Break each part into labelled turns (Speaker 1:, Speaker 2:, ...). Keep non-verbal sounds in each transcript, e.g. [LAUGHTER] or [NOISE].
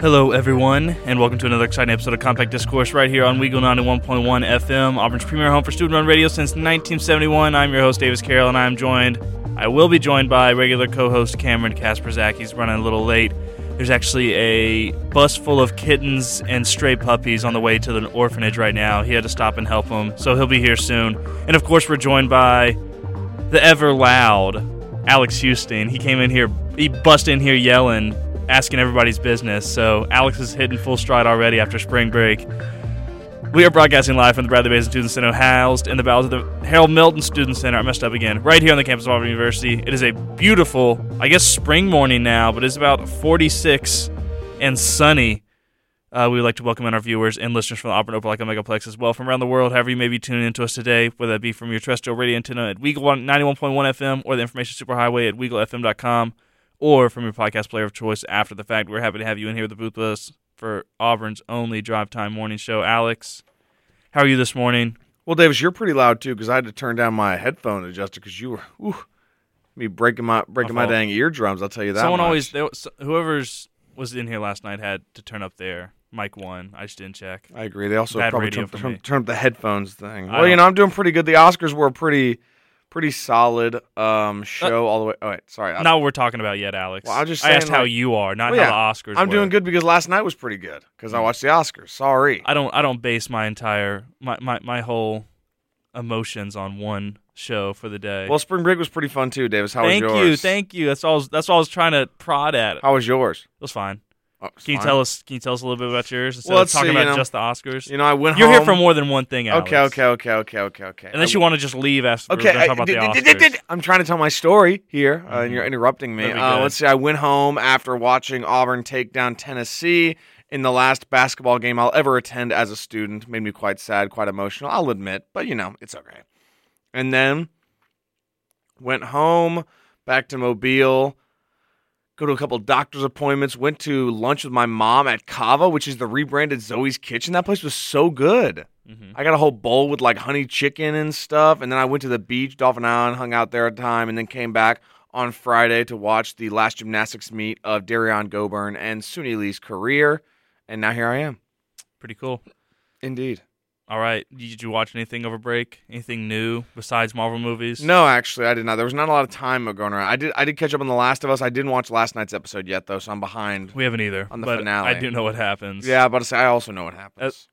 Speaker 1: Hello, everyone, and welcome to another exciting episode of Compact Discourse right here on Weagle 91.1 FM, Auburn's premier home for student-run radio since 1971. I'm your host, Davis Carroll, and I'm joined, I will be joined by regular co-host Cameron Kasperzak. He's running a little late. There's actually a bus full of kittens and stray puppies on the way to the orphanage right now. He had to stop and help them, so he'll be here soon. And of course, we're joined by the ever loud Alex Houston. He came in here, he bust in here yelling, asking everybody's business. So Alex is hitting full stride already after spring break. We are broadcasting live from the Bradley Basin Student Center, housed in the bowels of the Harold Milton Student Center. I messed up again. Right here on the campus of Auburn University. It is a beautiful, I guess, spring morning now, but it's about 46 and sunny. Uh, we would like to welcome in our viewers and listeners from the Auburn Opelika Megaplex as well from around the world, however you may be tuning into us today, whether that be from your terrestrial radio antenna at Weagle 91.1 FM or the information superhighway at WeagleFM.com or from your podcast player of choice after the fact. We're happy to have you in here with the booth with us for Auburn's only drive time morning show. Alex, how are you this morning?
Speaker 2: Well, Davis, you're pretty loud too because I had to turn down my headphone adjuster because you were ooh, me breaking my breaking my
Speaker 1: fault.
Speaker 2: dang eardrums. I'll tell you that.
Speaker 1: Someone
Speaker 2: much.
Speaker 1: always, there was- whoever's was in here last night had to turn up their mic one. I just didn't check.
Speaker 2: I agree. They also
Speaker 1: Bad
Speaker 2: probably
Speaker 1: radio
Speaker 2: turned,
Speaker 1: for me.
Speaker 2: turned, turned up the headphones thing.
Speaker 1: I
Speaker 2: Well, you
Speaker 1: don't-
Speaker 2: know, I'm doing pretty good. The Oscars were a pretty pretty solid um show all the way. Oh wait, sorry. I-
Speaker 1: Uh, Not what we're talking about yet, Alex.
Speaker 2: Well, I'm just
Speaker 1: I asked
Speaker 2: saying,
Speaker 1: how
Speaker 2: like-
Speaker 1: you are, not
Speaker 2: Well, yeah,
Speaker 1: how the Oscars.
Speaker 2: I'm
Speaker 1: were. Mm.
Speaker 2: doing good because last night was pretty good because I watched the Oscars. Sorry.
Speaker 1: I don't I don't base my entire my, my, my whole emotions on one show for the day.
Speaker 2: well, spring break was pretty fun too, Davis. How
Speaker 1: thank
Speaker 2: was
Speaker 1: you,
Speaker 2: yours?
Speaker 1: thank you. That's all. I was- That's all I was trying to prod at. It
Speaker 2: How was yours?
Speaker 1: was fine.
Speaker 2: Oh,
Speaker 1: Can you
Speaker 2: fine.
Speaker 1: tell us? Can you tell us a little bit about yours instead
Speaker 2: Well,
Speaker 1: of
Speaker 2: let's
Speaker 1: talking
Speaker 2: see, you
Speaker 1: about
Speaker 2: know,
Speaker 1: just the Oscars?
Speaker 2: You know, I went
Speaker 1: You're
Speaker 2: home.
Speaker 1: here for more than one thing, Alex.
Speaker 2: Okay, okay, okay, okay, okay, okay. I-
Speaker 1: Unless you want to just leave after
Speaker 2: Okay,
Speaker 1: we're done
Speaker 2: I,
Speaker 1: talking about the
Speaker 2: did- did-
Speaker 1: Oscars. Mm-hmm.
Speaker 2: did- did- I'm trying to tell my story here, uh, and you're interrupting me.
Speaker 1: That'd be
Speaker 2: Uh,
Speaker 1: good.
Speaker 2: let's see. I went home after watching Auburn take down Tennessee in the last basketball game I'll ever attend as a student. Made me quite sad, quite emotional. I'll admit, but you know, it's okay. And then went home, back to Mobile. Go to a couple doctor's appointments. Went to lunch with my mom at Kava, which is the rebranded Zoe's Kitchen. That place was so good.
Speaker 1: Mhm.
Speaker 2: Mm-hmm. I got a whole bowl with like honey chicken and stuff, and then I went to the beach, Dolphin Island, hung out there a time, and then came back on Friday to watch the last gymnastics meet of Darian Goburn and Suni Lee's career, and now here I am.
Speaker 1: Pretty cool.
Speaker 2: Indeed.
Speaker 1: All right. Did you watch anything over break? Anything new besides Marvel movies?
Speaker 2: No, actually, I did not. There was not a lot of time going around. I did. I did catch up on The Last of Us. I didn't watch last night's episode yet, though, so I'm behind.
Speaker 1: we haven't either.
Speaker 2: On the
Speaker 1: but
Speaker 2: finale.
Speaker 1: I do know what happens.
Speaker 2: Yeah, but I also know what happens.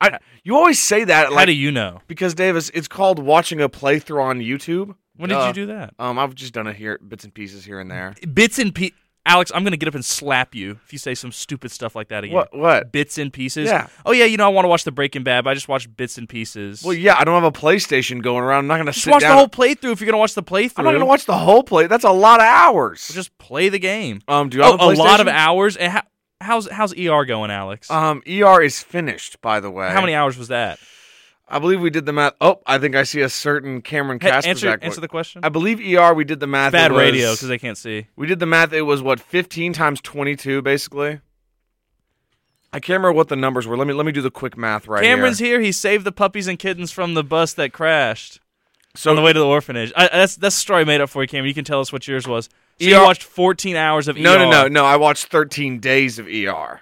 Speaker 1: Uh,
Speaker 2: I, you always say that,
Speaker 1: How
Speaker 2: like,
Speaker 1: do you know?
Speaker 2: because Davis, it's called watching a playthrough on YouTube.
Speaker 1: When
Speaker 2: Duh.
Speaker 1: did you do that?
Speaker 2: Um, I've just done it here, bits and pieces here and there.
Speaker 1: Bits and pieces. Alex, I'm gonna get up and slap you if you say some stupid stuff like that again.
Speaker 2: What? What?
Speaker 1: Bits and pieces.
Speaker 2: Yeah.
Speaker 1: Oh yeah, you know I want to watch the Breaking Bad, but I just watched bits and pieces.
Speaker 2: Well, yeah, I don't have a PlayStation going around. I'm not gonna
Speaker 1: just
Speaker 2: sit
Speaker 1: watch
Speaker 2: down.
Speaker 1: the whole playthrough if you're gonna watch the playthrough.
Speaker 2: I'm not gonna watch the whole play. That's a lot of hours.
Speaker 1: Just play the game.
Speaker 2: um, do you
Speaker 1: Oh,
Speaker 2: have
Speaker 1: a lot of
Speaker 2: PlayStation?
Speaker 1: hours. And how, how's how's ER going, Alex?
Speaker 2: Um, ER is finished, by the way.
Speaker 1: how many hours was that?
Speaker 2: I believe we did the math. Oh, I think I see a certain Cameron
Speaker 1: Hey,
Speaker 2: Casper.
Speaker 1: answer answer the question.
Speaker 2: I believe ER. We did the math.
Speaker 1: Bad
Speaker 2: it was,
Speaker 1: radio because they can't see.
Speaker 2: we did the math. It was what 15 times 22, basically. I can't remember what the numbers were. Let me let me do the quick math right
Speaker 1: Cameron's
Speaker 2: here.
Speaker 1: here. He saved the puppies and kittens from the bus that crashed
Speaker 2: So
Speaker 1: on the way to the orphanage. I, that's that's a story I made up for you, Cameron. You can tell us what yours was. So you
Speaker 2: ER
Speaker 1: watched 14 hours of
Speaker 2: no,
Speaker 1: ER.
Speaker 2: no, no, no. I watched 13 days of ER.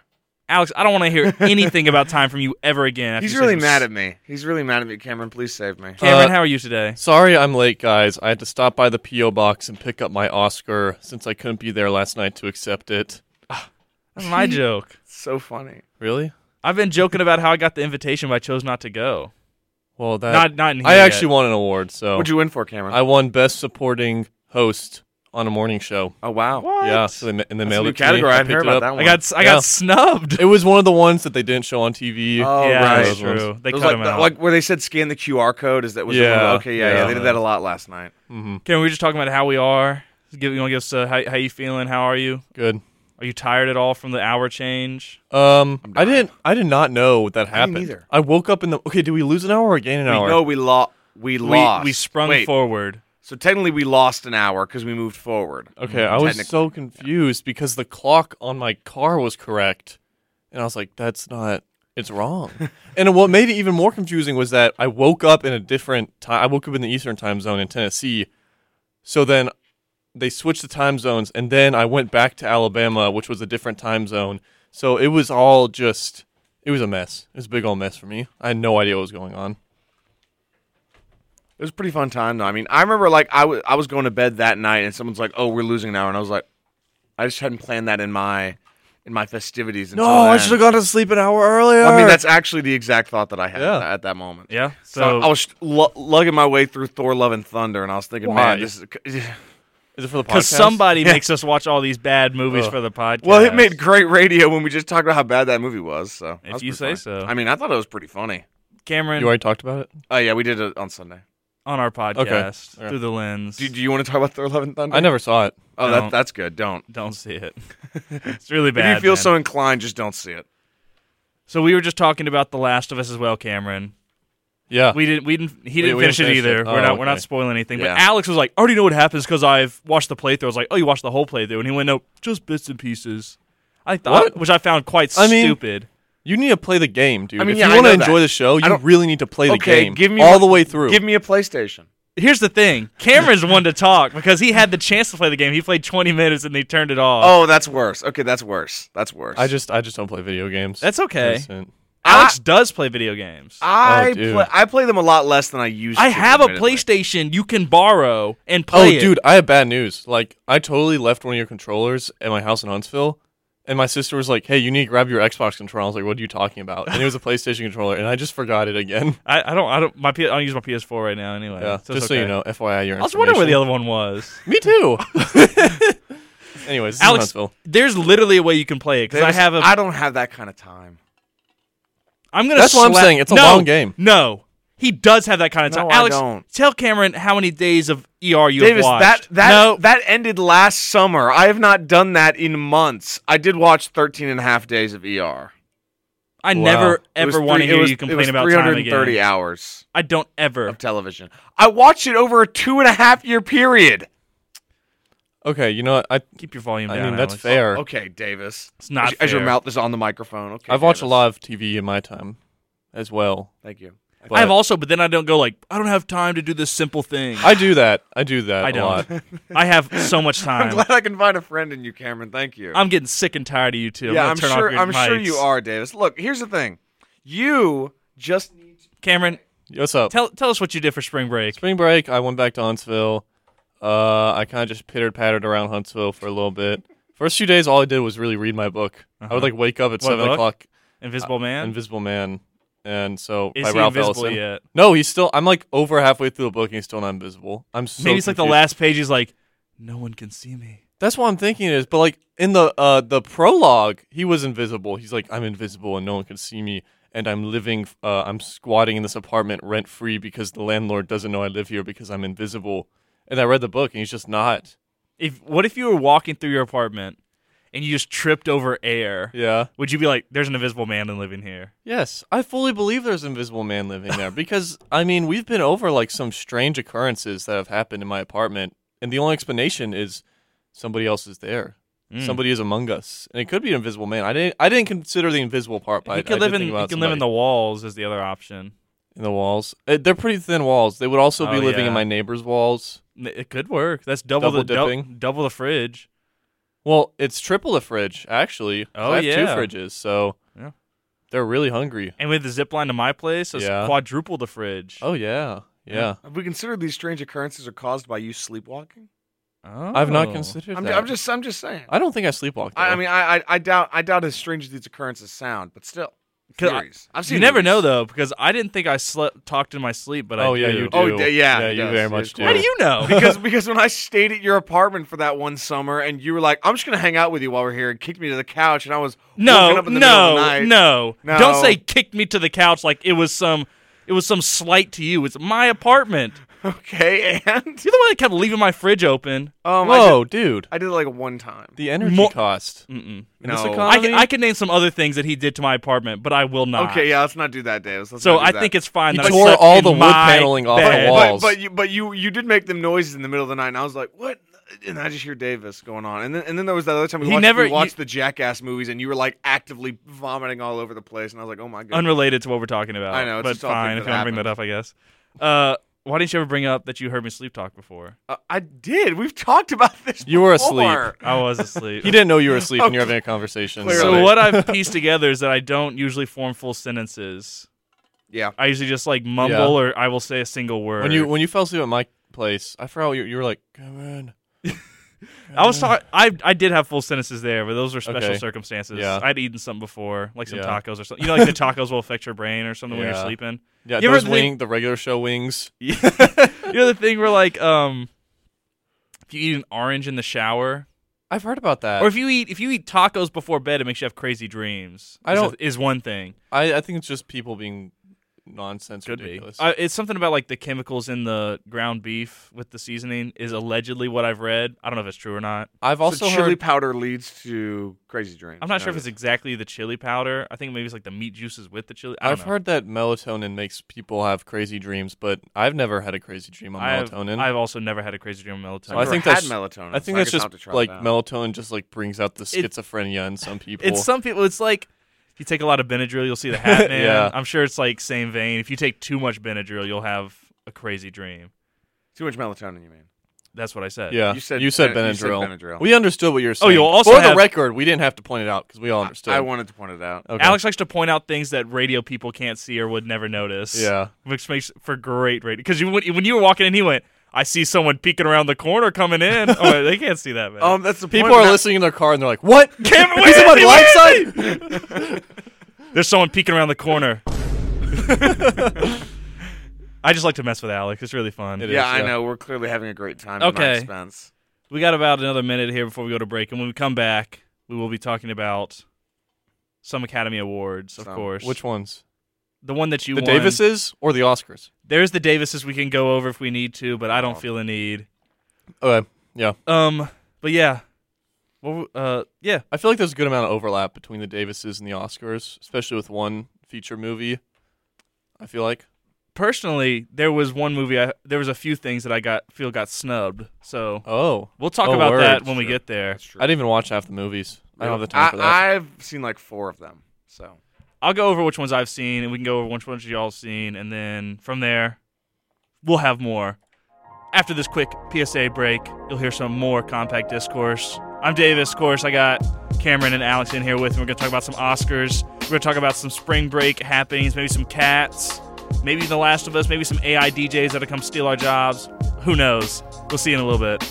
Speaker 1: Alex, I don't want to
Speaker 2: [LAUGHS]
Speaker 1: hear anything about time from you ever again. after
Speaker 2: He's
Speaker 1: you
Speaker 2: really
Speaker 1: say some
Speaker 2: mad
Speaker 1: s-
Speaker 2: at me. He's really mad at me. Cameron, please save me.
Speaker 1: Cameron,
Speaker 3: Uh,
Speaker 1: how are you today?
Speaker 3: Sorry I'm late, guys. I had to stop by the P.O. box and pick up my Oscar since I couldn't be there last night to accept it.
Speaker 1: That's
Speaker 2: [LAUGHS]
Speaker 1: my joke.
Speaker 2: So funny.
Speaker 3: Really?
Speaker 1: I've been joking about how I got the invitation, but I chose not to go.
Speaker 3: Well, that.
Speaker 1: Not- not in
Speaker 3: I
Speaker 1: here
Speaker 3: actually
Speaker 1: yet.
Speaker 3: won an award, so.
Speaker 2: What'd you win for, Cameron?
Speaker 3: Oh. I won Best Supporting Host on a morning show.
Speaker 2: oh wow.
Speaker 1: What?
Speaker 3: Yeah, so they, ma- and they
Speaker 2: That's a
Speaker 3: mailed
Speaker 2: new
Speaker 3: it to me.
Speaker 2: category. I hadn't
Speaker 3: picked
Speaker 2: heard about
Speaker 3: it up.
Speaker 2: that one.
Speaker 1: I got I
Speaker 3: Yeah.
Speaker 1: got snubbed.
Speaker 3: It was one of the ones that they didn't show on TV.
Speaker 2: Oh
Speaker 1: yeah,
Speaker 2: right.
Speaker 1: that's
Speaker 3: Those ones.
Speaker 1: true. They
Speaker 2: It was
Speaker 1: cut
Speaker 2: like,
Speaker 1: him
Speaker 2: the-
Speaker 1: out.
Speaker 2: like where they said scan the QR code. Is that was the one-
Speaker 3: Yeah,
Speaker 2: okay? Yeah, yeah,
Speaker 3: yeah.
Speaker 2: They did that a lot last night.
Speaker 1: Cameron, we were just talking about how we are. Give, you want to give us uh, how, how you feeling? How are you?
Speaker 3: Good.
Speaker 1: Are you tired at all from the hour change?
Speaker 3: Um, I didn't. I did not know that
Speaker 2: didn't
Speaker 3: happened.
Speaker 2: either.
Speaker 3: I woke up in the. Okay, did we lose an hour or gain an hour?
Speaker 2: We know we lost. We
Speaker 1: We,
Speaker 2: lost.
Speaker 1: we sprung
Speaker 2: Wait,
Speaker 1: forward.
Speaker 2: So technically, we lost an hour because we moved forward.
Speaker 3: Okay, I was
Speaker 2: Technically.
Speaker 3: so confused because the clock on my car was correct, and I was like, "That's not. It's [LAUGHS] wrong." and what made it even more confusing was that I woke up in a different time. I woke up in the Eastern time zone in Tennessee, so then they switched the time zones, and then I went back to Alabama, which was a different time zone. So it was all just, it was a mess. It was a big old mess for me. I had no idea what was going on.
Speaker 2: It was a pretty fun time though. I mean, I remember like I was I was going to bed that night and someone's like, "Oh, we're losing an hour," and I was like, "I just hadn't planned that in my in my festivities." until then.
Speaker 3: gone to sleep an hour earlier.
Speaker 2: Oh, I mean, that's actually the exact thought that I had
Speaker 3: Yeah.
Speaker 2: at that moment.
Speaker 1: Yeah.
Speaker 2: So, I
Speaker 1: oh,
Speaker 2: was lu- lugging my way through Thor: Love and Thunder, and I was thinking,
Speaker 3: Why?
Speaker 2: man, this [LAUGHS] is.
Speaker 3: is it for the podcast?
Speaker 1: because somebody makes us watch all these bad movies
Speaker 3: Ugh.
Speaker 1: for the podcast.
Speaker 2: Well, it made great radio when we just talked about how bad that movie was. So
Speaker 1: If
Speaker 2: that's
Speaker 1: you
Speaker 2: pretty
Speaker 1: say
Speaker 2: funny.
Speaker 1: so.
Speaker 2: I mean, I thought it was pretty funny.
Speaker 1: Cameron
Speaker 3: You already talked about it.
Speaker 2: Oh yeah, we did it on Sunday.
Speaker 1: on our podcast
Speaker 3: Okay.
Speaker 1: through the lens.
Speaker 2: Do, do you want to talk about Thor: Love and Thunder?
Speaker 3: I never saw it.
Speaker 2: Oh,
Speaker 1: don't.
Speaker 2: that, that's good. Don't.
Speaker 1: [LAUGHS] Don't see it. it's really bad.
Speaker 2: if you feel
Speaker 1: man.
Speaker 2: so inclined, just don't see it.
Speaker 1: So we were just talking about The Last of Us as well, Cameron.
Speaker 3: Yeah.
Speaker 1: We didn't. We didn't. He didn't
Speaker 3: we didn't
Speaker 1: finish it
Speaker 3: finish
Speaker 1: either.
Speaker 3: it.
Speaker 1: we're
Speaker 3: Oh,
Speaker 1: not. We're not
Speaker 3: okay.
Speaker 1: spoiling anything.
Speaker 2: Yeah.
Speaker 1: But Alex was like, "I already know what happens because I've watched the playthrough." I was like, "Oh, you watched the whole playthrough?" And he went, "No, just bits and pieces." I thought,
Speaker 3: What?
Speaker 1: which I found quite
Speaker 3: I mean-
Speaker 1: stupid.
Speaker 3: you need to play the game, dude.
Speaker 2: I mean,
Speaker 3: if
Speaker 2: yeah,
Speaker 3: you
Speaker 2: I
Speaker 3: want to
Speaker 2: know that.
Speaker 3: enjoy the show, you
Speaker 2: don't-
Speaker 3: really need to play the
Speaker 2: Okay,
Speaker 3: game
Speaker 2: give me
Speaker 3: all
Speaker 2: one-
Speaker 3: the way through.
Speaker 2: Give me a PlayStation.
Speaker 1: Here's the thing: Cameron's one to talk because he had the chance to play the game. He played 20 minutes and he turned it off.
Speaker 2: Oh, that's worse. Okay, that's worse. That's worse.
Speaker 3: I just, I just don't play video games.
Speaker 1: That's okay.
Speaker 3: Innocent.
Speaker 1: Alex does play video games.
Speaker 2: I
Speaker 3: Oh, dude.
Speaker 2: play, I play them a lot less than I used.
Speaker 1: I
Speaker 2: to,
Speaker 1: have a
Speaker 2: admittedly.
Speaker 1: PlayStation you can borrow and
Speaker 3: Oh,
Speaker 1: play. it.
Speaker 3: dude, I have bad news. Like, I totally left one of your controllers at my house in Huntsville, and my sister was like, "Hey, you need to grab your Xbox controller." I was like, "What are you talking about?" And it was a PlayStation controller, and I just forgot it again.
Speaker 1: I, I don't. I don't. My P- I don't use my PS4 right now. Anyway,
Speaker 3: Yeah,
Speaker 1: So
Speaker 3: just
Speaker 1: it's
Speaker 3: so you
Speaker 1: okay.
Speaker 3: know, FYI, your
Speaker 1: I was wondering where the other one
Speaker 3: [LAUGHS]
Speaker 1: was.
Speaker 3: Me too. [LAUGHS] Anyways, this
Speaker 1: Alex,
Speaker 3: is Huntsville.
Speaker 1: there's literally a way you can play it because I
Speaker 2: There's-
Speaker 1: have a.
Speaker 2: I don't have that kind of time.
Speaker 1: I'm gonna.
Speaker 3: That's what I'm
Speaker 1: slap-
Speaker 3: saying, it's a
Speaker 1: No,
Speaker 3: long game.
Speaker 1: No, he does have that kind of
Speaker 2: No,
Speaker 1: time.
Speaker 2: I
Speaker 1: Alex,
Speaker 2: don't.
Speaker 1: tell Cameron how many days of ER you
Speaker 2: Davis,
Speaker 1: have
Speaker 2: that
Speaker 1: watched.
Speaker 2: that
Speaker 1: no,
Speaker 2: that ended last summer. I have not done that in months. I did watch 13 and a half days of ER.
Speaker 1: I
Speaker 3: Wow.
Speaker 1: never
Speaker 2: It was
Speaker 1: ever want to
Speaker 2: three-
Speaker 1: hear
Speaker 2: it was,
Speaker 1: you
Speaker 2: it was
Speaker 1: complain about time
Speaker 2: 330
Speaker 1: again.
Speaker 2: hours
Speaker 1: I don't ever.
Speaker 2: of television. I watched it over a two and a half year period.
Speaker 3: Okay, you know what? I
Speaker 1: Keep your volume
Speaker 3: I
Speaker 1: down.
Speaker 3: mean that's
Speaker 1: Alex.
Speaker 3: fair.
Speaker 2: Okay, Davis.
Speaker 1: It's not
Speaker 2: as, as your
Speaker 1: fair.
Speaker 2: mouth is on the microphone. Okay,
Speaker 3: I've watched a
Speaker 2: Davis.
Speaker 3: lot of TV in my time, as well.
Speaker 2: Thank you.
Speaker 3: But
Speaker 1: [LAUGHS] I've also, but then I don't go like I don't have time to do this simple thing.
Speaker 3: I do that. I do that
Speaker 1: I
Speaker 3: a lot.
Speaker 1: don't. [LAUGHS] I have so much
Speaker 2: [LAUGHS]
Speaker 1: time.
Speaker 2: I'm glad I can find a friend in you, Cameron. Thank you.
Speaker 1: I'm getting sick and tired of you two.
Speaker 2: yeah, I'm
Speaker 1: gonna turn off
Speaker 2: sure.
Speaker 1: your
Speaker 2: I'm sure
Speaker 1: mics.
Speaker 2: you are, Davis. Look, here's the thing. You just need.
Speaker 1: Cameron,
Speaker 3: What's up?
Speaker 1: tell tell us what you did for spring break.
Speaker 3: Spring break, I went back to Huntsville. Uh, I kind of just pitter pattered around Huntsville for a little bit. First few days, all I did was really read my book. I would like wake up at
Speaker 1: Uh-huh. What
Speaker 3: seven
Speaker 1: book?
Speaker 3: o'clock,
Speaker 1: Invisible Man.
Speaker 3: Invisible Man, and so
Speaker 1: Is
Speaker 3: Uh, by
Speaker 1: he
Speaker 3: Ralph
Speaker 1: invisible
Speaker 3: Ellison.
Speaker 1: yet?
Speaker 3: No, he's still. I'm like over halfway through the book, and he's still not invisible. I'm so
Speaker 1: Maybe it's like the
Speaker 3: confused.
Speaker 1: last page. He's like, no one can see me.
Speaker 3: That's what I'm thinking is, but like in the uh the prologue, he was invisible. He's like, I'm invisible and no one can see me, and I'm living, uh, I'm squatting in this apartment rent free because the landlord doesn't know I live here because I'm invisible. And I read the book, and he's just not.
Speaker 1: If what if you were walking through your apartment and you just tripped over air?
Speaker 3: Yeah.
Speaker 1: Would you be like, "There's an invisible man living here"?
Speaker 3: Yes, I fully believe there's invisible man living [LAUGHS] there because I mean we've been over like some strange occurrences that have happened in my apartment, and the only explanation is somebody else is there. Somebody is among us, and it could be an invisible man. I didn't. I didn't consider the invisible part, but I-
Speaker 1: he
Speaker 3: I
Speaker 1: could
Speaker 3: did
Speaker 1: live in. He
Speaker 3: think about
Speaker 1: can live in
Speaker 3: somebody.
Speaker 1: the walls is the other option.
Speaker 3: in the walls. Uh, they're pretty thin walls. They would also be
Speaker 1: Oh,
Speaker 3: living
Speaker 1: yeah.
Speaker 3: in my neighbor's walls.
Speaker 1: N- It could work. That's double,
Speaker 3: Double
Speaker 1: the dou-
Speaker 3: dipping.
Speaker 1: double the fridge.
Speaker 3: Well, it's triple the fridge actually. 'cause
Speaker 1: Oh,
Speaker 3: I have
Speaker 1: yeah.
Speaker 3: two fridges, so
Speaker 1: Yeah.
Speaker 3: they're really hungry.
Speaker 1: And we have the zip line to my place. So it's
Speaker 3: Yeah.
Speaker 1: quadruple the fridge.
Speaker 3: Oh yeah, yeah.
Speaker 2: Have we considered these strange occurrences are caused by you sleepwalking?
Speaker 3: I've not
Speaker 1: Oh.
Speaker 3: considered
Speaker 2: I'm,
Speaker 3: that.
Speaker 2: I'm just. I'm just saying.
Speaker 3: I don't think I sleepwalk.
Speaker 2: I, I
Speaker 3: though.
Speaker 2: mean, I, I, I doubt. I doubt as strange as these occurrences sound, but still,
Speaker 1: 'Cause I-
Speaker 2: theories. I've seen.
Speaker 1: You never
Speaker 2: movies.
Speaker 1: know though, because I didn't think I slept talked in my sleep, but
Speaker 3: oh
Speaker 1: I
Speaker 3: yeah,
Speaker 1: do.
Speaker 3: you do.
Speaker 2: Oh, d- yeah,
Speaker 3: yeah,
Speaker 2: he
Speaker 3: you
Speaker 2: does.
Speaker 3: very
Speaker 2: He is
Speaker 3: much do.
Speaker 1: How do you know?
Speaker 2: because because when I stayed at your apartment for that one summer, and you were like, "I'm just gonna hang out with you while we're here," and kicked me to the couch, and I was
Speaker 1: [LAUGHS] No,
Speaker 2: woken up in the middle of the
Speaker 1: no,
Speaker 2: night.
Speaker 1: no,
Speaker 2: No.
Speaker 1: Don't say kicked me to the couch like it was some it was some slight to you. It's my apartment.
Speaker 2: [LAUGHS] Okay,
Speaker 1: [LAUGHS] You're
Speaker 2: and
Speaker 1: the one that kept leaving my fridge open.
Speaker 2: um, I did,
Speaker 3: Whoa, dude.
Speaker 2: I did it like one time.
Speaker 3: The energy
Speaker 1: Mo- Mm.
Speaker 3: cost.
Speaker 1: Mm-mm.
Speaker 3: In this
Speaker 2: No.
Speaker 3: economy?
Speaker 1: I, can, I can name some other things that he did to my apartment, but I will not.
Speaker 2: Okay, yeah, let's not do that, Davis. Let's
Speaker 1: So
Speaker 2: not do
Speaker 1: I
Speaker 2: that.
Speaker 1: think it's fine.
Speaker 3: He
Speaker 1: that I
Speaker 3: tore
Speaker 1: slept
Speaker 3: all
Speaker 1: in
Speaker 3: the wood
Speaker 1: my
Speaker 3: paneling off the
Speaker 1: bed.
Speaker 3: wall.
Speaker 2: But,
Speaker 3: balls.
Speaker 2: but you but you you did make them noises in the middle of the night, and I was like, "What?" And I just hear Davis going on, and then and then there was that other time we
Speaker 1: He
Speaker 2: watched,
Speaker 1: never-
Speaker 2: we watched the Jackass movies, and you were like actively vomiting all over the place, and I was like, "Oh my
Speaker 1: [LAUGHS]
Speaker 2: god!"
Speaker 1: Unrelated to what we're talking about.
Speaker 2: I know, it's
Speaker 1: but
Speaker 2: just all
Speaker 1: fine.
Speaker 2: things
Speaker 1: If
Speaker 2: that
Speaker 1: you want to bring
Speaker 2: happen.
Speaker 1: that up, I guess. Uh, Why didn't you ever bring up that you heard me sleep talk before?
Speaker 2: Uh, I did. We've talked about this.
Speaker 3: You were
Speaker 2: before.
Speaker 3: asleep.
Speaker 1: I was asleep.
Speaker 3: [LAUGHS] He didn't know you were asleep
Speaker 2: [LAUGHS]
Speaker 3: and you're having a conversation.
Speaker 2: Oh, Clearly.
Speaker 1: so
Speaker 3: So
Speaker 1: what
Speaker 3: [LAUGHS]
Speaker 1: I've pieced together is that I don't usually form full sentences.
Speaker 2: Yeah.
Speaker 1: I usually just like mumble
Speaker 3: Yeah.
Speaker 1: or I will say a single word.
Speaker 3: when you when you fell asleep at my place, I forgot what you, you were like, come on.
Speaker 1: I was talking. I I did have full sentences there, but those were special
Speaker 3: Okay.
Speaker 1: circumstances.
Speaker 3: Yeah.
Speaker 1: I'd eaten something before, like some
Speaker 3: Yeah.
Speaker 1: tacos or something. You know, like the tacos will affect your brain or something when you're
Speaker 3: Yeah.
Speaker 1: sleeping.
Speaker 3: Yeah,
Speaker 1: You ever
Speaker 3: those
Speaker 1: think-
Speaker 3: wing, the regular show wings.
Speaker 1: you know the thing where like um, if you eat an orange in the shower,
Speaker 3: I've heard about that.
Speaker 1: or if you eat if you eat tacos before bed, it makes you have crazy dreams.
Speaker 3: I
Speaker 1: is a-
Speaker 3: don't-
Speaker 1: is one thing.
Speaker 3: I, I think it's just people being nonsense
Speaker 1: Could be.
Speaker 3: ridiculous.
Speaker 1: Uh, it's something about like the chemicals in the ground beef with the seasoning is allegedly what I've read. I don't know if it's true or not.
Speaker 3: I've also
Speaker 2: so chili
Speaker 3: heard
Speaker 2: powder leads to crazy dreams.
Speaker 1: I'm not sure if
Speaker 2: Notice.
Speaker 1: it's exactly the chili powder. I think maybe it's like the meat juices with the chili. I don't
Speaker 3: I've
Speaker 1: know.
Speaker 3: heard that melatonin makes people have crazy dreams, but I've never had a crazy dream on
Speaker 1: I've,
Speaker 3: melatonin.
Speaker 1: I've also never had a crazy dream of melatonin.
Speaker 3: So I
Speaker 2: Never
Speaker 3: think
Speaker 2: had
Speaker 3: that's-
Speaker 2: melatonin.
Speaker 3: I think
Speaker 2: so
Speaker 3: that's
Speaker 2: guess I'll have to
Speaker 3: just
Speaker 2: try
Speaker 3: like
Speaker 2: it out.
Speaker 3: melatonin just like brings out the
Speaker 1: It-
Speaker 3: schizophrenia in some people.
Speaker 1: it's some people. It's like if you take a lot of Benadryl, you'll see the
Speaker 3: [LAUGHS]
Speaker 1: Hat Man.
Speaker 3: Yeah.
Speaker 1: I'm sure it's like same vein. If you take too much Benadryl, you'll have a crazy dream.
Speaker 2: too much melatonin. You mean?
Speaker 1: That's what I said.
Speaker 3: yeah,
Speaker 2: You said Ben-
Speaker 3: Benadryl.
Speaker 2: you said Benadryl.
Speaker 3: We understood what you were saying.
Speaker 1: Oh, you'll also
Speaker 3: for
Speaker 1: have-
Speaker 3: the record, we didn't have to point it out because we all understood.
Speaker 2: I wanted to point it out.
Speaker 3: Okay.
Speaker 1: Alex likes to point out things that radio people can't see or would never notice.
Speaker 3: Yeah.
Speaker 1: which makes for great radio. Because you, when, when you were walking in, he went, "I see someone peeking around the corner coming
Speaker 3: [LAUGHS]
Speaker 1: in." oh, they can't see that, man.
Speaker 2: Um, that's the
Speaker 3: people
Speaker 2: point.
Speaker 3: are
Speaker 2: [LAUGHS] Now-
Speaker 3: listening in their car and they're like, "What?
Speaker 1: Can't
Speaker 3: Is it my
Speaker 1: wait,
Speaker 3: blind
Speaker 1: wait,
Speaker 3: side?"
Speaker 1: [LAUGHS] There's someone peeking around the
Speaker 3: [LAUGHS]
Speaker 1: corner. [LAUGHS] I just like to mess with Alex. It's really fun.
Speaker 3: It is.
Speaker 2: Yeah, I
Speaker 3: yeah.
Speaker 2: know. We're clearly having a great time. At
Speaker 1: Okay.
Speaker 2: our expense.
Speaker 1: We got about another minute here before we go to break, and when we come back, we will be talking about some Academy Awards, of
Speaker 2: Some.
Speaker 1: course.
Speaker 3: Which ones?
Speaker 1: the one that you
Speaker 3: The
Speaker 1: won.
Speaker 3: Davises or the Oscars?
Speaker 1: There's the Davises we can go over if we need to, but I don't
Speaker 3: Um,
Speaker 2: Oh.
Speaker 1: feel a need.
Speaker 3: Okay. Yeah,
Speaker 1: Um, but yeah, what? w- Uh, yeah.
Speaker 3: I feel like there's a good amount of overlap between the Davises and the Oscars, especially with one feature movie. I feel like.
Speaker 1: Personally, there was one movie. I there was a few things that I got feel got snubbed. So
Speaker 3: Oh,
Speaker 1: we'll talk
Speaker 3: Oh,
Speaker 1: about
Speaker 3: word.
Speaker 1: that when we
Speaker 2: Sure.
Speaker 1: get there.
Speaker 2: That's true.
Speaker 3: I didn't even watch half the movies. I don't have the time for that.
Speaker 2: I, I've seen like four of them. So
Speaker 1: I'll go over which ones I've seen, and we can go over which ones y'all seen, and then from there, we'll have more. After this quick PSA break, you'll hear some more compact discourse. I'm Davis, of course. I got Cameron and Alex in here with me. We're going to talk about some Oscars. We're going to talk about some spring break happenings, maybe some cats, maybe The Last of Us, maybe some AI DJs that'll come steal our jobs. Who knows? We'll see you in a little bit.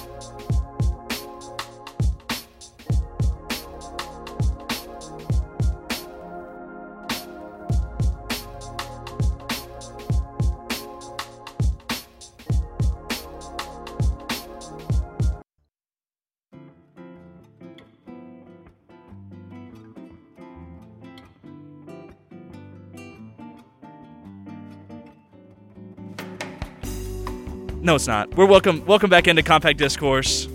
Speaker 1: No, it's not. We're welcome. Welcome back into Compact Discourse.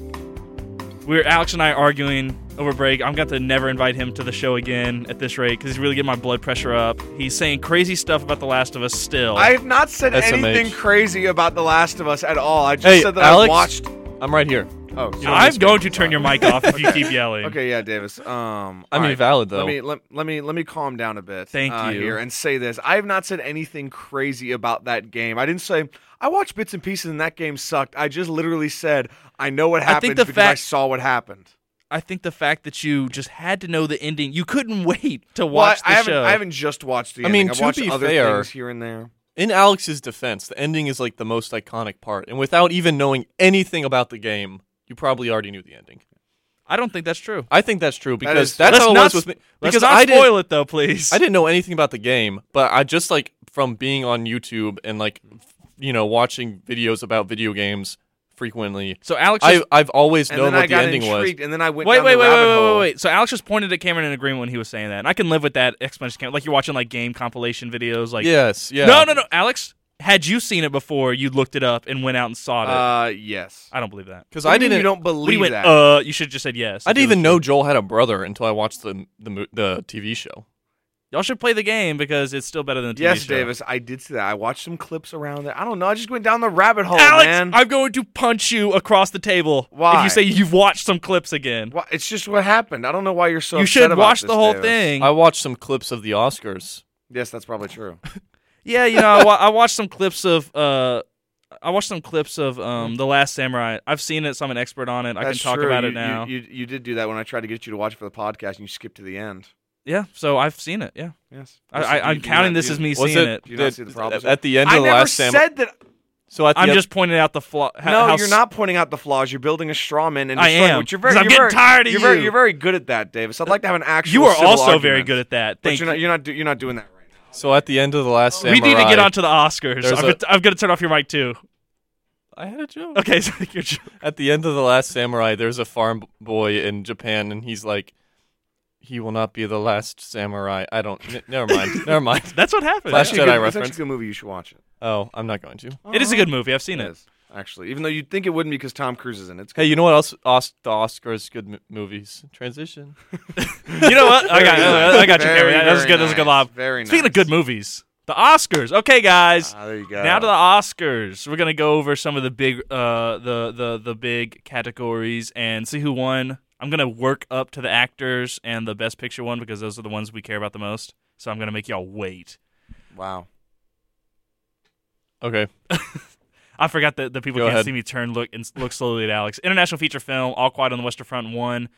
Speaker 1: We're Alex and I are arguing over break. I'm going to never invite him to the show again at this rate because he's really getting my blood pressure up. He's saying crazy stuff about The Last of Us still.
Speaker 2: I have not said
Speaker 3: SMH.
Speaker 2: anything crazy about The Last of Us at all. I just
Speaker 3: Hey,
Speaker 2: said that I
Speaker 3: Alex?
Speaker 2: watched.
Speaker 3: I'm right here.
Speaker 2: Oh, sorry.
Speaker 1: I'm going to turn your mic off if you keep yelling.
Speaker 2: Okay, yeah, Davis. Um,
Speaker 3: I mean,
Speaker 2: alright.
Speaker 3: valid though.
Speaker 2: Let me let, let me let me calm down a bit.
Speaker 1: Thank
Speaker 2: uh,
Speaker 1: you.
Speaker 2: Here and say this: I have not said anything crazy about that game. I didn't say I watched bits and pieces and that game sucked. I just literally said I know what
Speaker 1: I
Speaker 2: happened
Speaker 1: think the
Speaker 2: because I
Speaker 1: fact-
Speaker 2: saw what happened.
Speaker 1: I think the fact that you just had to know the ending, you couldn't wait to
Speaker 2: Well,
Speaker 1: watch the
Speaker 2: I, I haven't
Speaker 1: show.
Speaker 2: I haven't just watched the.
Speaker 3: I mean,
Speaker 2: ending. I've
Speaker 3: to
Speaker 2: watched
Speaker 3: be
Speaker 2: other
Speaker 3: fair-
Speaker 2: things here and there.
Speaker 3: In Alex's defense, the ending is like the most iconic part, and without even knowing anything about the game, you probably already knew the ending.
Speaker 1: I don't think that's true.
Speaker 3: I think that's true because
Speaker 2: is-
Speaker 3: that's
Speaker 1: Let's
Speaker 3: how it
Speaker 1: not
Speaker 3: was with
Speaker 1: sp-
Speaker 3: me.
Speaker 1: Let's
Speaker 3: Because
Speaker 1: not
Speaker 3: I didn't,
Speaker 1: spoil it though, please.
Speaker 3: I didn't know anything about the game, but I just like from being on YouTube and like f- you know watching videos about video games frequently.
Speaker 1: So Alex, just-
Speaker 3: I I've always
Speaker 2: And
Speaker 3: known
Speaker 2: then I
Speaker 3: what the
Speaker 2: got
Speaker 3: ending was.
Speaker 2: intrigued, and then I went.
Speaker 1: Wait,
Speaker 2: down
Speaker 1: wait,
Speaker 2: the
Speaker 1: wait, wait,
Speaker 2: rabbit
Speaker 1: wait,
Speaker 2: hole.
Speaker 1: wait, wait. So Alex just pointed at Cameron in agreement when he was saying that, and I can live with that explanation. Cameron. Like you're watching like game compilation videos, like
Speaker 3: Yes, yeah.
Speaker 1: no, no, no. Alex, had you seen it before, you looked it up and went out and saw it.
Speaker 2: Uh, yes.
Speaker 1: I don't believe that.
Speaker 3: Because
Speaker 2: What
Speaker 3: I
Speaker 2: do you mean
Speaker 3: didn't.
Speaker 2: You don't
Speaker 1: We
Speaker 2: believe
Speaker 1: went.
Speaker 2: that.
Speaker 1: Uh, you should have just said yes.
Speaker 3: I didn't even know Joel had a brother until I watched the the mo- the TV show.
Speaker 1: Y'all should play the game because it's still better than the TV
Speaker 2: yes,
Speaker 1: show.
Speaker 2: Davis. I did see that. I watched some clips around there. I don't know. I just went down the rabbit hole,
Speaker 1: Alex,
Speaker 2: Oh, man.
Speaker 1: I'm going to punch you across the table if
Speaker 2: Why?
Speaker 1: you say you've watched some clips again.
Speaker 2: Why- it's just what happened. I don't know why you're so.
Speaker 1: you
Speaker 2: upset
Speaker 1: should
Speaker 2: about
Speaker 1: watch
Speaker 2: this,
Speaker 1: the whole
Speaker 2: Davis.
Speaker 1: thing.
Speaker 3: I watched some clips of the Oscars.
Speaker 2: Yes, that's probably true.
Speaker 1: Yeah, you know, I, wa- I watched some clips of uh, I watched some clips of um, The Last Samurai. I've seen it, so I'm an expert on it. I can
Speaker 2: That's
Speaker 1: talk
Speaker 2: true.
Speaker 1: about
Speaker 2: you,
Speaker 1: it now.
Speaker 2: You, you, you did do that when I tried to get you to watch it for the podcast, and you skipped to the end.
Speaker 1: yeah, so I've seen it. Yeah,
Speaker 2: Yes,
Speaker 1: I, I, I'm counting this as me seeing it.
Speaker 2: Do you not see the problems?
Speaker 3: at the end
Speaker 2: I
Speaker 3: of the
Speaker 2: never
Speaker 3: last Samurai?
Speaker 2: said that.
Speaker 3: So at the
Speaker 1: I'm
Speaker 3: end-
Speaker 1: just pointing out the flaw. How,
Speaker 2: no,
Speaker 1: how
Speaker 2: you're
Speaker 1: s-
Speaker 2: not pointing out the flaws. You're building a straw man, and
Speaker 1: I
Speaker 2: destroying
Speaker 1: am,
Speaker 2: Which you're very,
Speaker 1: 'cause I'm
Speaker 2: you're
Speaker 1: getting
Speaker 2: very-
Speaker 1: tired of
Speaker 2: you're Very,
Speaker 1: you.
Speaker 2: you're very good at that, Davis. I'd like to have an actual.
Speaker 1: You are
Speaker 2: civil
Speaker 1: also
Speaker 2: argument,
Speaker 1: very good at that.
Speaker 2: But
Speaker 1: Thank
Speaker 2: you're
Speaker 1: you.
Speaker 2: not. You're not, do, you're not doing that right now.
Speaker 3: so at the end of the last Samurai.
Speaker 1: we need to get onto the Oscars.
Speaker 3: There's
Speaker 1: I'm,
Speaker 3: a-
Speaker 1: gonna- I'm going to turn off your mic too.
Speaker 3: I had a joke.
Speaker 1: Okay, [LAUGHS] so you're j-
Speaker 3: At the end of the last Samurai, there's a farm boy in Japan, and he's like, "He will not be the last Samurai." I don't. N- never
Speaker 2: [LAUGHS]
Speaker 3: mind. never mind.
Speaker 1: that's what happened.
Speaker 3: Last
Speaker 1: Yeah.
Speaker 2: It's actually a
Speaker 3: Jedi
Speaker 2: good, it's
Speaker 3: reference.
Speaker 2: actually a good movie. You should watch it.
Speaker 3: Oh, I'm not going to.
Speaker 1: It is a good movie. I've seen
Speaker 2: It
Speaker 1: it.
Speaker 2: is actually, even though you'd think it wouldn't be because Tom Cruise is in it. It's
Speaker 3: Hey, you know what else? Os- the Oscars good m- movies. Transition.
Speaker 1: [LAUGHS] You know what? I got,
Speaker 2: Very
Speaker 1: I got you.
Speaker 2: nice.
Speaker 1: Cameron. That was
Speaker 2: Very
Speaker 1: good. That was a good
Speaker 2: nice.
Speaker 1: lob.
Speaker 2: Very
Speaker 1: Speaking of
Speaker 2: nice.
Speaker 1: good movies, the Oscars. Okay, guys.
Speaker 2: Ah, there you go.
Speaker 3: Uh,
Speaker 1: Now to the Oscars. We're gonna go over some of the big, uh, the the the big categories and see who won. I'm gonna work up to the actors and the Best Picture one because those are the ones we care about the most. So I'm gonna make y'all wait.
Speaker 2: wow.
Speaker 3: Okay.
Speaker 1: I forgot that the people
Speaker 3: Go
Speaker 1: can't
Speaker 3: ahead.
Speaker 1: see me turn look and s- look slowly at Alex. International feature film, All Quiet on the Western Front won.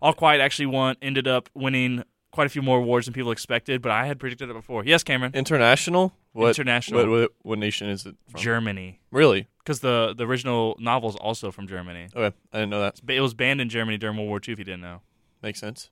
Speaker 1: All Quiet actually won, ended up winning quite a few more awards than people expected, but I had predicted it before. Yes, Cameron.
Speaker 3: International. What,
Speaker 1: International.
Speaker 3: What, what, what nation is it? From?
Speaker 1: Germany,
Speaker 3: really?
Speaker 1: because the the original novel is also from Germany.
Speaker 3: Okay. I didn't know that.
Speaker 1: But It was banned in Germany during World War II. If you didn't know,
Speaker 3: Makes sense.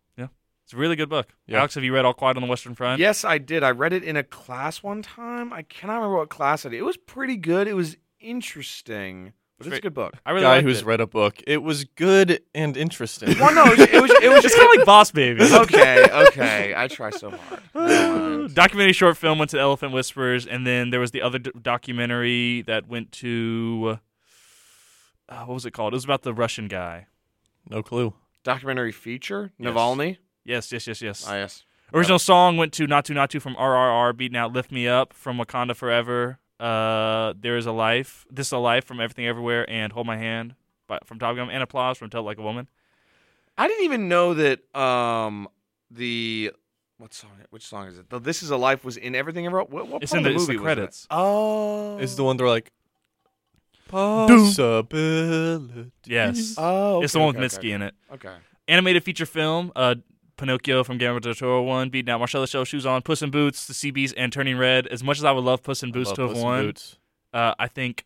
Speaker 1: it's a really good book.
Speaker 3: Yeah.
Speaker 1: Alex, have you read All Quiet on the Western Front?
Speaker 2: Yes, I did. I read it in a class one time. I cannot remember what class it. It was pretty good. It was interesting, but it's a good book.
Speaker 1: I really
Speaker 3: Guy
Speaker 1: liked
Speaker 3: who's
Speaker 1: it.
Speaker 3: read a book. It was good and interesting.
Speaker 2: Well, no, it was. It was, it
Speaker 1: [LAUGHS]
Speaker 2: was
Speaker 1: it's
Speaker 3: [LAUGHS]
Speaker 1: kind of like Boss Baby.
Speaker 2: okay, okay. I try so hard. Never
Speaker 1: [LAUGHS]
Speaker 2: mind.
Speaker 1: documentary short film went to the Elephant Whispers, and then there was the other d- documentary that went to uh, what was it called? It was about the Russian guy.
Speaker 3: no clue.
Speaker 2: Documentary feature
Speaker 1: Yes.
Speaker 2: Navalny.
Speaker 1: Yes, yes, yes, yes.
Speaker 2: Ah, yes.
Speaker 1: Original song went to Natu Natu from RRR, beating out Lift Me Up from Wakanda Forever. Uh, there is a life, this is a life from Everything Everywhere, and Hold My Hand by, from Top Gun, and applause from Tell It Like a Woman.
Speaker 2: I didn't even know that. Um, the what song? Which song is it? The This Is a Life was in everything. I wrote. What, what
Speaker 1: It's in
Speaker 2: part
Speaker 1: the,
Speaker 2: of the
Speaker 1: it's
Speaker 2: movie
Speaker 1: the
Speaker 2: was that?
Speaker 1: credits.
Speaker 2: Oh,
Speaker 3: It's the one they're like. Possibility. [LAUGHS]
Speaker 1: Yes,
Speaker 2: Oh,
Speaker 1: Oh. it's the
Speaker 2: okay,
Speaker 1: one with
Speaker 2: okay,
Speaker 1: Mitski
Speaker 2: okay,
Speaker 1: in it.
Speaker 2: Okay.
Speaker 1: animated feature film, uh, Pinocchio from Guillermo del Toro won, beating out Marcelo Shell Shoes on, Puss in Boots, The Seabees, and Turning Red. As much as I would love Puss in
Speaker 3: I
Speaker 1: Boots
Speaker 3: love
Speaker 1: to have
Speaker 3: Puss in
Speaker 1: won,
Speaker 3: Boots.
Speaker 1: uh, I think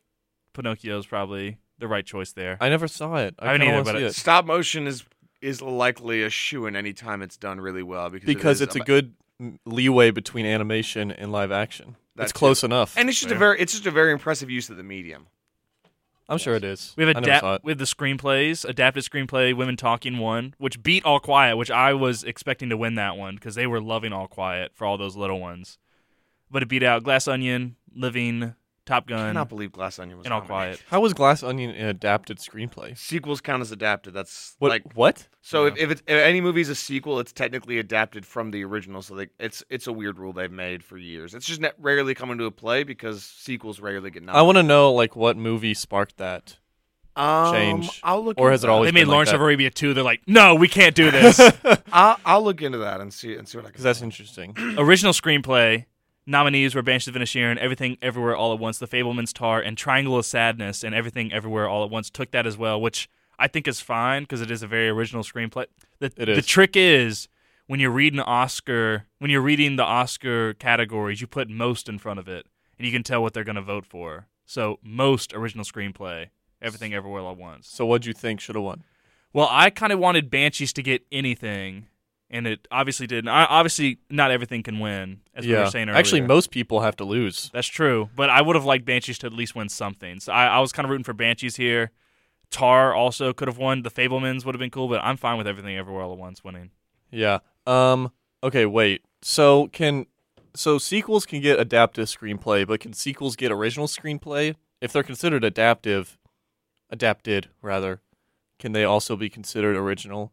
Speaker 1: Pinocchio is probably the right choice there.
Speaker 3: I never saw it. I,
Speaker 1: I haven't
Speaker 3: kinda
Speaker 1: either,
Speaker 3: wanna
Speaker 1: but
Speaker 3: see
Speaker 1: it-
Speaker 3: it.
Speaker 2: Stop motion is is likely a shoe in any time it's done really well because it
Speaker 3: because
Speaker 2: is
Speaker 3: it's a
Speaker 2: about-
Speaker 3: good m- leeway between animation and live action.
Speaker 2: That
Speaker 3: it's
Speaker 2: too.
Speaker 3: close enough.
Speaker 2: and it's just a
Speaker 1: Yeah.
Speaker 2: very it's just a very impressive use of the medium.
Speaker 3: I'm sure it is.
Speaker 1: we have
Speaker 3: I never saw
Speaker 1: adap-
Speaker 3: it.
Speaker 1: we have the screenplays, adapted screenplay, Women Talking one, which beat All Quiet, which I was expecting to win that one because they were loving All Quiet for all those little ones, but it beat out Glass Onion, Living, Top
Speaker 2: I
Speaker 1: Gun,
Speaker 2: cannot believe Glass Onion was
Speaker 1: and All
Speaker 2: nominated.
Speaker 1: Quiet.
Speaker 3: How was Glass Onion an adapted screenplay?
Speaker 2: Sequels count as adapted. That's
Speaker 3: What?
Speaker 2: like
Speaker 3: what?
Speaker 2: so if if, it's, if any movie's a sequel, it's technically adapted from the original. So they, it's it's a weird rule they've made for years. It's just ne- rarely come into play because sequels rarely get
Speaker 3: I
Speaker 2: nominated.
Speaker 3: want to know like what movie sparked that.
Speaker 2: Um,
Speaker 3: change.
Speaker 2: I'll look.
Speaker 3: Or
Speaker 2: into
Speaker 3: has it
Speaker 2: that.
Speaker 3: always
Speaker 1: They made
Speaker 3: been like
Speaker 1: Lawrence
Speaker 3: that.
Speaker 1: of Arabia 2. They're like, no, we can't do
Speaker 3: [LAUGHS]
Speaker 1: this.
Speaker 2: I'll, I'll look into that and see and see what I can.
Speaker 3: Because
Speaker 1: [CLEARS THROAT]
Speaker 3: that's interesting.
Speaker 1: Original screenplay nominees were Banshee of Inisherin, Everything Everywhere All at Once, The Fableman's Tar, and Triangle of Sadness, and Everything Everywhere All at Once took that as well, which I think is fine because it is a very original screenplay. The,
Speaker 3: It
Speaker 1: the
Speaker 3: is.
Speaker 1: trick is when you're reading Oscar, when you're reading the Oscar categories, you put most in front of it, and you can tell what they're going to vote for. So most original screenplay, Everything Everywhere All at Once.
Speaker 3: so what do you think should have won?
Speaker 1: Well, I kind of wanted Banshees to get anything, and it obviously didn't. I, obviously, not everything can win, as we were saying earlier.
Speaker 3: Actually, most people have to lose.
Speaker 1: that's true. But I would have liked Banshees to at least win something. So I, I was kind of rooting for Banshees here. Tar also could have won. The Fablemans would have been cool, but I'm fine with everything everywhere all at once winning.
Speaker 3: Yeah. Um. Okay. Wait. So can so sequels can get adaptive screenplay, but can sequels get original screenplay if they're considered adaptive? Adapted rather. Can they also be considered original?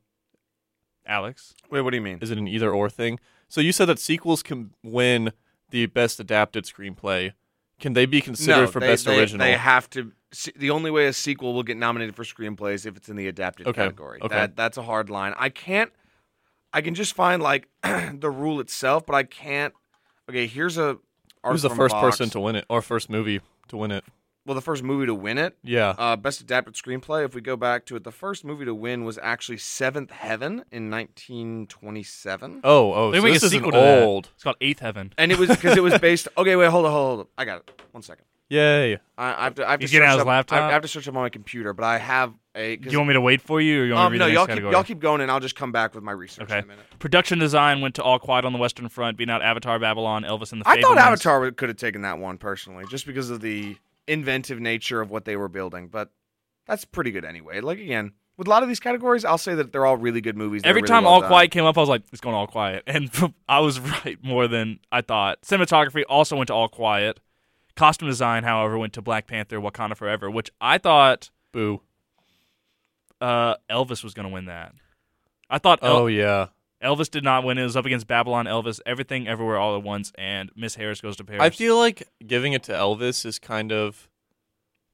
Speaker 1: Alex,
Speaker 2: Wait, what do you mean?
Speaker 3: Is it an either or thing? So you said that sequels can win the best adapted screenplay. Can they be considered
Speaker 2: no,
Speaker 3: for
Speaker 2: they,
Speaker 3: best
Speaker 2: they-
Speaker 3: original?
Speaker 2: They have to. se- The only way a sequel will get nominated for screenplay is if it's in the adapted
Speaker 3: Okay,
Speaker 2: category.
Speaker 3: okay.
Speaker 2: That that's a hard line. I can't. I can just find like [CLEARS THROAT] the rule itself, but I can't. Okay, here's a. art
Speaker 3: Who's the
Speaker 2: from
Speaker 3: first
Speaker 2: Vox.
Speaker 3: person to win it or first movie to win it?
Speaker 2: well, the first movie to win it.
Speaker 3: Yeah.
Speaker 2: Uh, best adapted screenplay. If we go back to it, the first movie to win was actually Seventh Heaven in 1927.
Speaker 3: oh, oh.
Speaker 1: They
Speaker 3: so
Speaker 1: make
Speaker 3: this
Speaker 1: a
Speaker 3: is
Speaker 1: sequel
Speaker 3: an
Speaker 1: to that.
Speaker 3: old.
Speaker 1: It's called Eighth Heaven.
Speaker 2: And it was because it was
Speaker 3: [LAUGHS]
Speaker 2: based. Okay, wait, hold on, hold on, hold on. I got it. One second.
Speaker 3: Yay.
Speaker 2: I, I have to. I have
Speaker 1: He's
Speaker 2: to
Speaker 1: getting
Speaker 2: search
Speaker 1: out his
Speaker 2: up,
Speaker 1: laptop?
Speaker 2: I, I have to search up on my computer, but I have a. 'cause-
Speaker 1: Do you want me to wait for you, or you want
Speaker 2: um,
Speaker 1: me to
Speaker 2: no,
Speaker 1: read the
Speaker 2: y'all
Speaker 1: next
Speaker 2: keep
Speaker 1: category?
Speaker 2: y'all keep going, and I'll just come back with my research
Speaker 1: Okay.
Speaker 2: in a minute.
Speaker 1: Production design went to All Quiet on the Western Front, beating out Avatar, Babylon, Elvis and the
Speaker 2: I thought
Speaker 1: Fablemans.
Speaker 2: Avatar would- could have taken that one personally, just because of the inventive nature of what they were building. But that's pretty good anyway. Like again, with a lot of these categories, I'll say that they're all really good movies. that are
Speaker 1: Every
Speaker 2: really
Speaker 1: time
Speaker 2: well
Speaker 1: All
Speaker 2: done.
Speaker 1: Quiet came up, I was like, "It's going All Quiet," [LAUGHS] and I was right more than I thought. Cinematography also went to All Quiet. Costume design, however, went to Black Panther: Wakanda Forever, which I thought
Speaker 3: Boo.
Speaker 1: uh, Elvis was going to win that. I thought El-
Speaker 3: Oh, yeah.
Speaker 1: Elvis did not win. It was up against Babylon, Elvis, Everything, Everywhere, All at Once, and Miss Harris Goes to Paris.
Speaker 3: I feel like giving it to Elvis is kind of.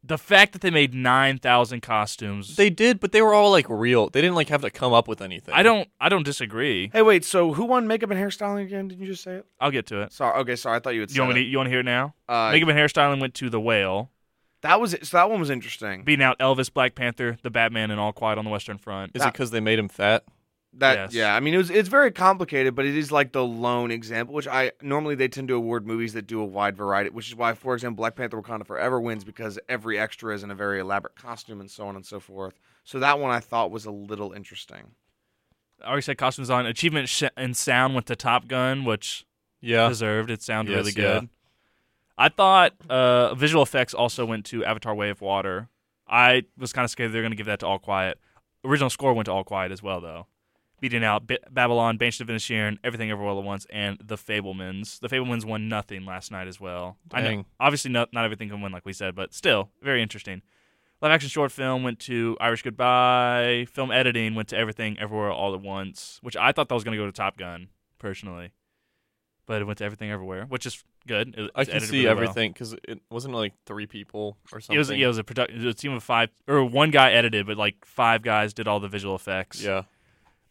Speaker 1: the fact that they made nine thousand costumes.
Speaker 3: They did, but they were all like real. They didn't like have to come up with anything.
Speaker 1: I don't. I don't disagree.
Speaker 2: Hey, wait. So who won makeup and hairstyling again? Didn't you just say it?
Speaker 1: I'll get to it.
Speaker 2: Sorry. Okay, sorry. I thought you had.
Speaker 1: You want
Speaker 2: said
Speaker 1: me?
Speaker 2: it.
Speaker 1: To, you want to hear it now?
Speaker 2: Uh,
Speaker 1: Makeup and hairstyling went to The Whale,
Speaker 2: that was it. So that one was interesting.
Speaker 1: beating out Elvis, Black Panther, The Batman, and All Quiet on the Western Front.
Speaker 3: Is it because they made him fat?
Speaker 2: That
Speaker 1: Yes.
Speaker 2: yeah, I mean it was it's very complicated, but it is like the lone example, which I normally they tend to award movies that do a wide variety, which is why, for example, Black Panther: Wakanda Forever wins because every extra is in a very elaborate costume and so on and so forth. So that one I thought was a little interesting.
Speaker 1: I already said costumes on. Achievement sh- and sound went to Top Gun, which
Speaker 3: Yeah.
Speaker 1: deserved. It sounded
Speaker 3: Yes,
Speaker 1: really
Speaker 3: yeah.
Speaker 1: good. I thought uh, visual effects also went to Avatar: Way of Water. I was kind of scared they were going to give that to All Quiet. Original score went to All Quiet as well, though, beating out B- Babylon, Banshee of Inisherin, Everything Everywhere All at Once, and The Fablemans. The Fablemans won nothing last night as well. I know,
Speaker 3: Dang.
Speaker 1: obviously, not not everything can win, like we said, but still very interesting. Live action short film went to Irish Goodbye. Film editing went to Everything Everywhere All at Once, which I thought that was going to go to Top Gun personally, but it went to Everything Everywhere, which is good. It-
Speaker 3: I
Speaker 1: it's
Speaker 3: can
Speaker 1: edited
Speaker 3: see
Speaker 1: really well.
Speaker 3: everything because it wasn't like three people or something.
Speaker 1: It was yeah, it was a product, it was a team of five or one guy edited, but like five guys did all the visual effects.
Speaker 3: Yeah.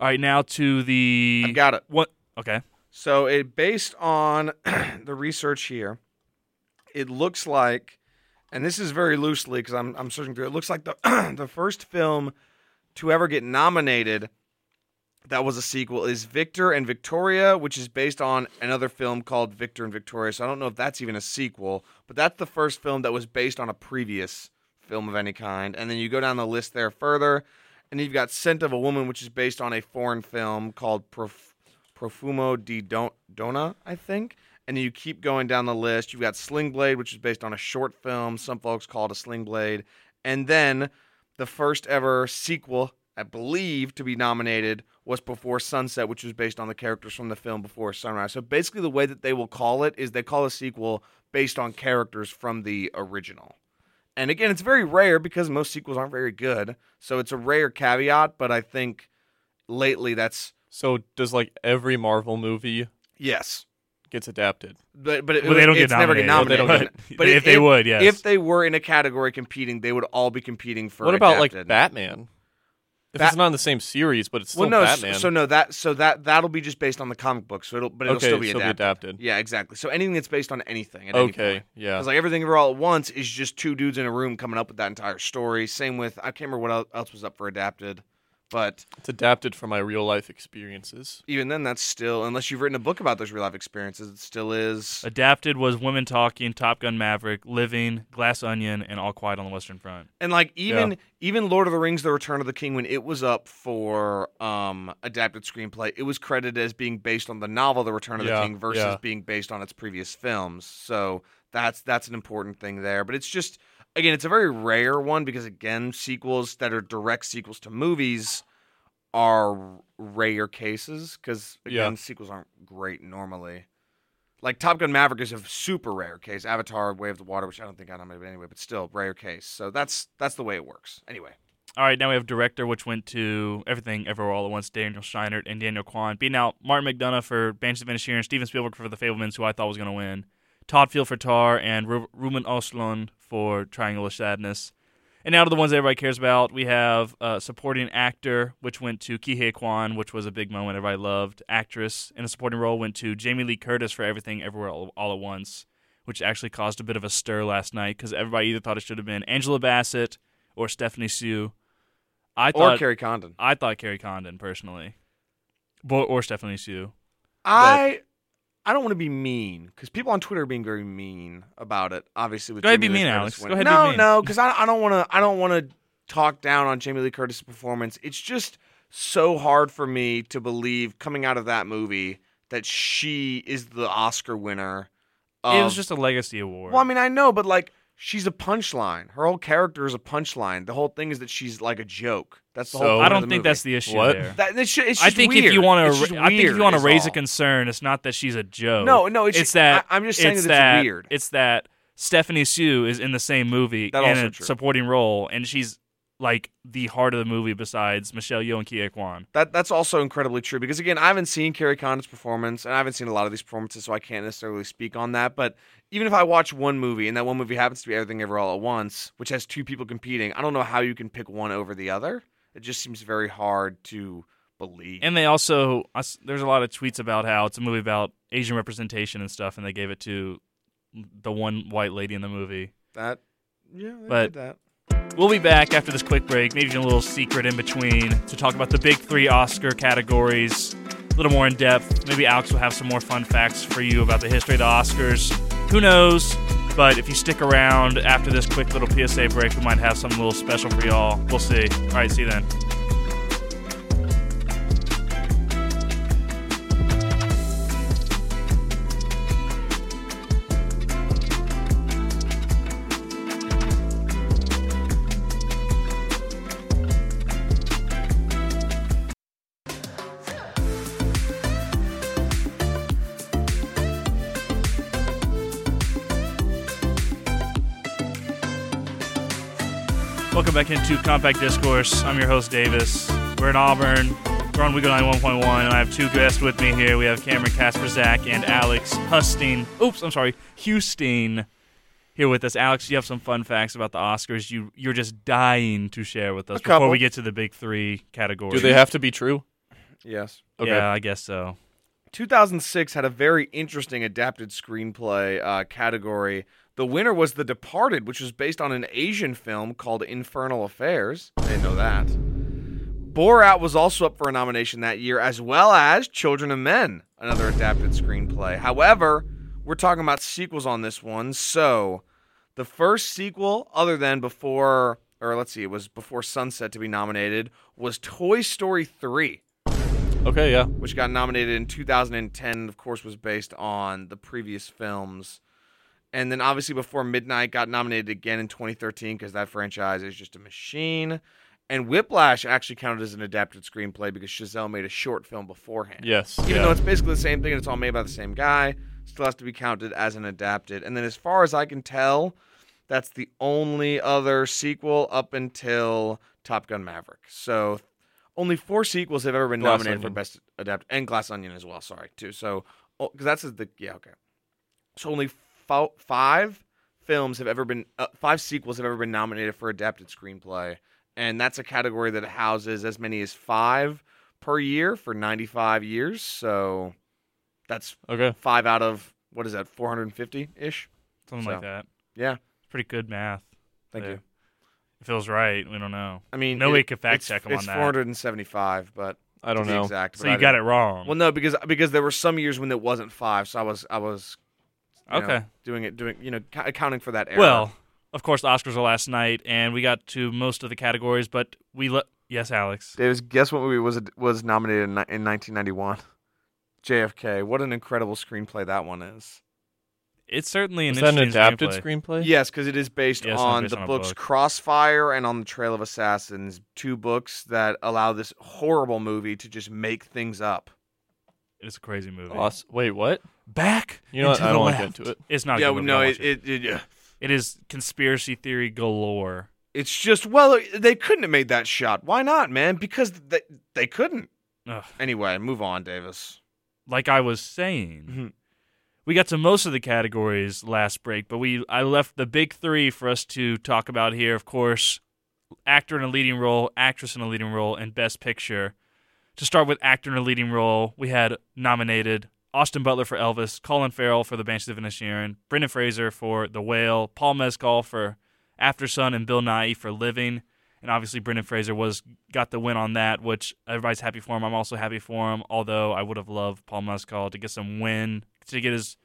Speaker 1: All right, now to the
Speaker 2: I've got it.
Speaker 1: what? Okay,
Speaker 2: So it based on [CLEARS THROAT] the research here, it looks like, and this is very loosely because I'm I'm searching through. It looks like the [CLEARS THROAT] the first film to ever get nominated that was a sequel is Victor and Victoria, which is based on another film called Victor and Victoria. So I don't know if that's even a sequel, but that's the first film that was based on a previous film of any kind. And then you go down the list there further, and you've got Scent of a Woman, which is based on a foreign film called Prof- Profumo di Don- Dona, I think. And you keep going down the list. You've got Sling Blade, which is based on a short film. Some folks call it a Sling Blade. And then the first ever sequel, I believe, to be nominated was Before Sunset, which was based on the characters from the film Before Sunrise. So basically, the way that they will call it is they call a sequel based on characters from the original. And again, it's very rare because most sequels aren't very good. So it's a rare caveat, but I think lately that's
Speaker 3: So does like every Marvel movie
Speaker 2: yes.
Speaker 3: gets adapted?
Speaker 2: But but it,
Speaker 1: well, they don't
Speaker 2: it's
Speaker 1: get nominated.
Speaker 2: never get
Speaker 3: they
Speaker 2: nominated.
Speaker 3: don't
Speaker 1: But,
Speaker 2: But
Speaker 1: if they would, yes.
Speaker 2: if they were in a category competing, they would all be competing for
Speaker 3: what about like
Speaker 2: adapted.
Speaker 3: Batman? If
Speaker 2: Bat-
Speaker 3: it's not in the same series, but it's still
Speaker 2: Well, no, so,
Speaker 3: Batman.
Speaker 2: so no, that so that that'll be just based on the comic book, so it'll but it'll
Speaker 3: okay,
Speaker 2: still be
Speaker 3: still
Speaker 2: adapted.
Speaker 3: adapted.
Speaker 2: Yeah, exactly. So anything that's based on anything. At Any
Speaker 3: Okay,
Speaker 2: point.
Speaker 3: yeah.
Speaker 2: Because like everything Ever all at once is just two dudes in a room coming up with that entire story. Same with I can't remember what el- else was up for adapted, but
Speaker 3: It's adapted from my real life experiences.
Speaker 2: even then, that's still unless you've written a book about those real life experiences, it still is.
Speaker 1: Adapted was Women Talking, Top Gun Maverick, Living, Glass Onion, and All Quiet on the Western Front.
Speaker 2: And like even even Lord of the Rings: The Return of the King, when it was up for um adapted screenplay, it was credited as being based on the novel The Return of the
Speaker 3: Yeah,
Speaker 2: King versus
Speaker 3: yeah.
Speaker 2: being based on its previous films. So that's that's an important thing there. But it's just again, it's a very rare one because again, sequels that are direct sequels to movies are rare cases because
Speaker 3: Yeah.
Speaker 2: again, sequels aren't great normally. Like Top Gun Maverick is a super rare case. Avatar, Way of the Water, which I don't think I nominated but anyway, but still rare case. So that's that's the way it works. Anyway,
Speaker 1: All right, now we have director, which went to Everything Everywhere All at Once, Daniel Scheinert and Daniel Kwan, beating out Martin McDonough for Banshees of Inisherin, Steven Spielberg for The Fablemans, who I thought was going to win, Todd Field for Tar, and Ru- Ruben Östlund for Triangle of Sadness. And now to the ones everybody cares about, we have uh, supporting actor, which went to Kihei Kwan, which was a big moment everybody loved. Actress in a supporting role went to Jamie Lee Curtis for Everything Everywhere All, All at Once, which actually caused a bit of a stir last night because everybody either thought it should have been Angela Bassett or Stephanie Sue. I
Speaker 2: or
Speaker 1: thought
Speaker 2: Kerry Condon.
Speaker 1: I thought Carrie Condon personally, or, or Stephanie Sue.
Speaker 2: I I don't want to be mean because people on Twitter are being very mean about it. Obviously, with
Speaker 1: Go ahead,
Speaker 2: Jamie
Speaker 1: be
Speaker 2: Lee
Speaker 1: mean,
Speaker 2: Curtis
Speaker 1: Alex.
Speaker 2: winning.
Speaker 1: Go ahead, be
Speaker 2: no,
Speaker 1: mean.
Speaker 2: no, because I, I don't want to. I don't want to talk down on Jamie Lee Curtis' performance. It's just so hard for me to believe coming out of that movie that she is the Oscar winner. Of,
Speaker 1: it was just a legacy award.
Speaker 2: Um, Well, I mean, I know, but like, she's a punchline. Her whole character is a punchline. The whole thing is that she's like a joke. That's the
Speaker 3: So-
Speaker 2: whole. point
Speaker 3: I
Speaker 1: I
Speaker 2: of
Speaker 1: don't
Speaker 2: the
Speaker 1: think
Speaker 2: movie.
Speaker 1: that's the issue
Speaker 3: What?
Speaker 1: there.
Speaker 2: That, it's ju- it's
Speaker 1: I
Speaker 2: just
Speaker 1: think
Speaker 2: weird.
Speaker 1: if you want
Speaker 2: It's just
Speaker 1: to, I think if
Speaker 2: weird
Speaker 1: you want to
Speaker 2: is
Speaker 1: raise
Speaker 2: all.
Speaker 1: a concern, it's not that she's a joke.
Speaker 2: No, no, it's,
Speaker 1: it's, that
Speaker 2: I, am just saying
Speaker 1: it's
Speaker 2: that it's weird.
Speaker 1: It's that Stephanie Sue is in the same movie
Speaker 2: That
Speaker 1: in
Speaker 2: also
Speaker 1: a
Speaker 2: true.
Speaker 1: supporting role, and she's like the heart of the movie besides Michelle Yeoh and Kia Kwan.
Speaker 2: That that's also incredibly true because again, I haven't seen Carrie Condon's performance, and I haven't seen a lot of these performances, so I can't necessarily speak on that. But even if I watch one movie, and that one movie happens to be Everything Ever All at Once, which has two people competing, I don't know how you can pick one over the other. It just seems very hard to believe.
Speaker 1: And they also I s- there's a lot of tweets about how it's a movie about Asian representation and stuff, and they gave it to the one white lady in the movie.
Speaker 2: that, yeah, they
Speaker 1: But-
Speaker 2: did that.
Speaker 1: We'll be back after this quick break, maybe even a little secret in between to talk about the big three Oscar categories a little more in depth. Maybe Alex will have some more fun facts for you about the history of the Oscars. Who knows? But if you stick around after this quick little PSA break, we might have something a little special for y'all. We'll see. All right, see you then. Welcome back into Compact Discourse. I'm your host, Davis. We're in Auburn. We're on Wego 91.1, and I have two guests with me here. We have Cameron Kasperzak and Alex Husting. Oops, I'm sorry, Husting here with us. Alex, you have some fun facts about the Oscars you, you're just dying to share with us
Speaker 2: A couple.
Speaker 1: before we get to the big three categories.
Speaker 3: Do they have to be true?
Speaker 2: Yes.
Speaker 3: Okay.
Speaker 1: Yeah, I guess so.
Speaker 2: 2006 had a very interesting adapted screenplay uh, category. The winner was The Departed, which was based on an Asian film called Infernal Affairs. I didn't know that. Borat was also up for a nomination that year, as well as Children of Men, another adapted screenplay. However, we're talking about sequels on this one, so the first sequel, other than before, or let's see, it was before Sunset to be nominated, was Toy Story 3
Speaker 3: Okay. Yeah.
Speaker 2: which got nominated in 2010, of course, was based on the previous films. And then obviously before Midnight got nominated again in 2013 because that franchise is just a machine. And Whiplash actually counted as an adapted screenplay because Chazelle made a short film beforehand.
Speaker 3: Yes.
Speaker 2: Even
Speaker 3: yeah.
Speaker 2: though it's basically the same thing and it's all made by the same guy, still has to be counted as an adapted. And then as far as I can tell, that's the only other sequel up until Top Gun Maverick. So only four sequels have ever been
Speaker 3: Glass
Speaker 2: nominated for
Speaker 3: Onion.
Speaker 2: best adapted and Glass Onion as well, sorry, too. So because that's the yeah, okay. So only fo- 5 films have ever been uh, 5 sequels have ever been nominated for adapted screenplay and that's a category that houses as many as 5 per year for 95 years. So that's
Speaker 3: okay.
Speaker 2: 5 out of what is that 450 ish?
Speaker 1: Something
Speaker 2: So.
Speaker 1: like that.
Speaker 2: Yeah.
Speaker 1: Pretty good math.
Speaker 2: Thank
Speaker 1: there.
Speaker 2: you.
Speaker 1: If it was right, we don't know.
Speaker 2: I mean,
Speaker 1: Nobody
Speaker 2: it-
Speaker 1: could fact
Speaker 2: it's-
Speaker 1: check him on that.
Speaker 2: It's 475, but
Speaker 3: I don't
Speaker 2: to be
Speaker 3: know.
Speaker 2: exact,
Speaker 1: So
Speaker 2: but I
Speaker 1: you got it
Speaker 2: didn't-
Speaker 1: wrong.
Speaker 2: Well, no, because because there were some years when it wasn't five, so I was I was you know,
Speaker 1: okay.
Speaker 2: doing it doing you know ca- accounting for that error.
Speaker 1: Well, of course, the Oscars were last night, and we got to most of the categories, but we le- yes, Alex.
Speaker 2: Davis, guess what movie was was nominated in, in 1991? JFK. What an incredible screenplay that one is.
Speaker 1: It's certainly an
Speaker 3: Is that an
Speaker 1: interesting
Speaker 3: adapted
Speaker 1: screenplay.
Speaker 3: screenplay?
Speaker 2: Yes, because it is based
Speaker 1: Yeah, it's not
Speaker 2: on
Speaker 1: based
Speaker 2: the
Speaker 1: on a
Speaker 2: books
Speaker 1: book.
Speaker 2: Crossfire and on the Trail of Assassins, two books that allow this horrible movie to just make things up.
Speaker 1: It's a crazy movie.
Speaker 3: Awes- Wait, what?
Speaker 1: Back.
Speaker 3: You know what?
Speaker 1: into
Speaker 3: I
Speaker 1: the
Speaker 3: don't want to
Speaker 1: left.
Speaker 3: get into it.
Speaker 1: It's not. A
Speaker 2: yeah,
Speaker 1: good movie.
Speaker 2: no,
Speaker 1: Don't
Speaker 2: it,
Speaker 1: watch it,
Speaker 2: it, it, yeah.
Speaker 1: it is conspiracy theory galore.
Speaker 2: it's just well, they couldn't have made that shot. Why not, man? Because they they couldn't.
Speaker 1: Ugh.
Speaker 2: Anyway, move on, Davis.
Speaker 1: Like I was saying,
Speaker 2: Mhm.
Speaker 1: we got to most of the categories last break, but we I left the big three for us to talk about here. Of course, actor in a leading role, actress in a leading role, and best picture. To start with actor in a leading role, we had nominated Austin Butler for Elvis, Colin Farrell for The Banshees of Inisherin, Brendan Fraser for The Whale, Paul Mescal for After Sun, and Bill Nye for Living. And obviously, Brendan Fraser was got the win on that, which everybody's happy for him. I'm also happy for him, although I would have loved Paul Mescal to get some win, to get his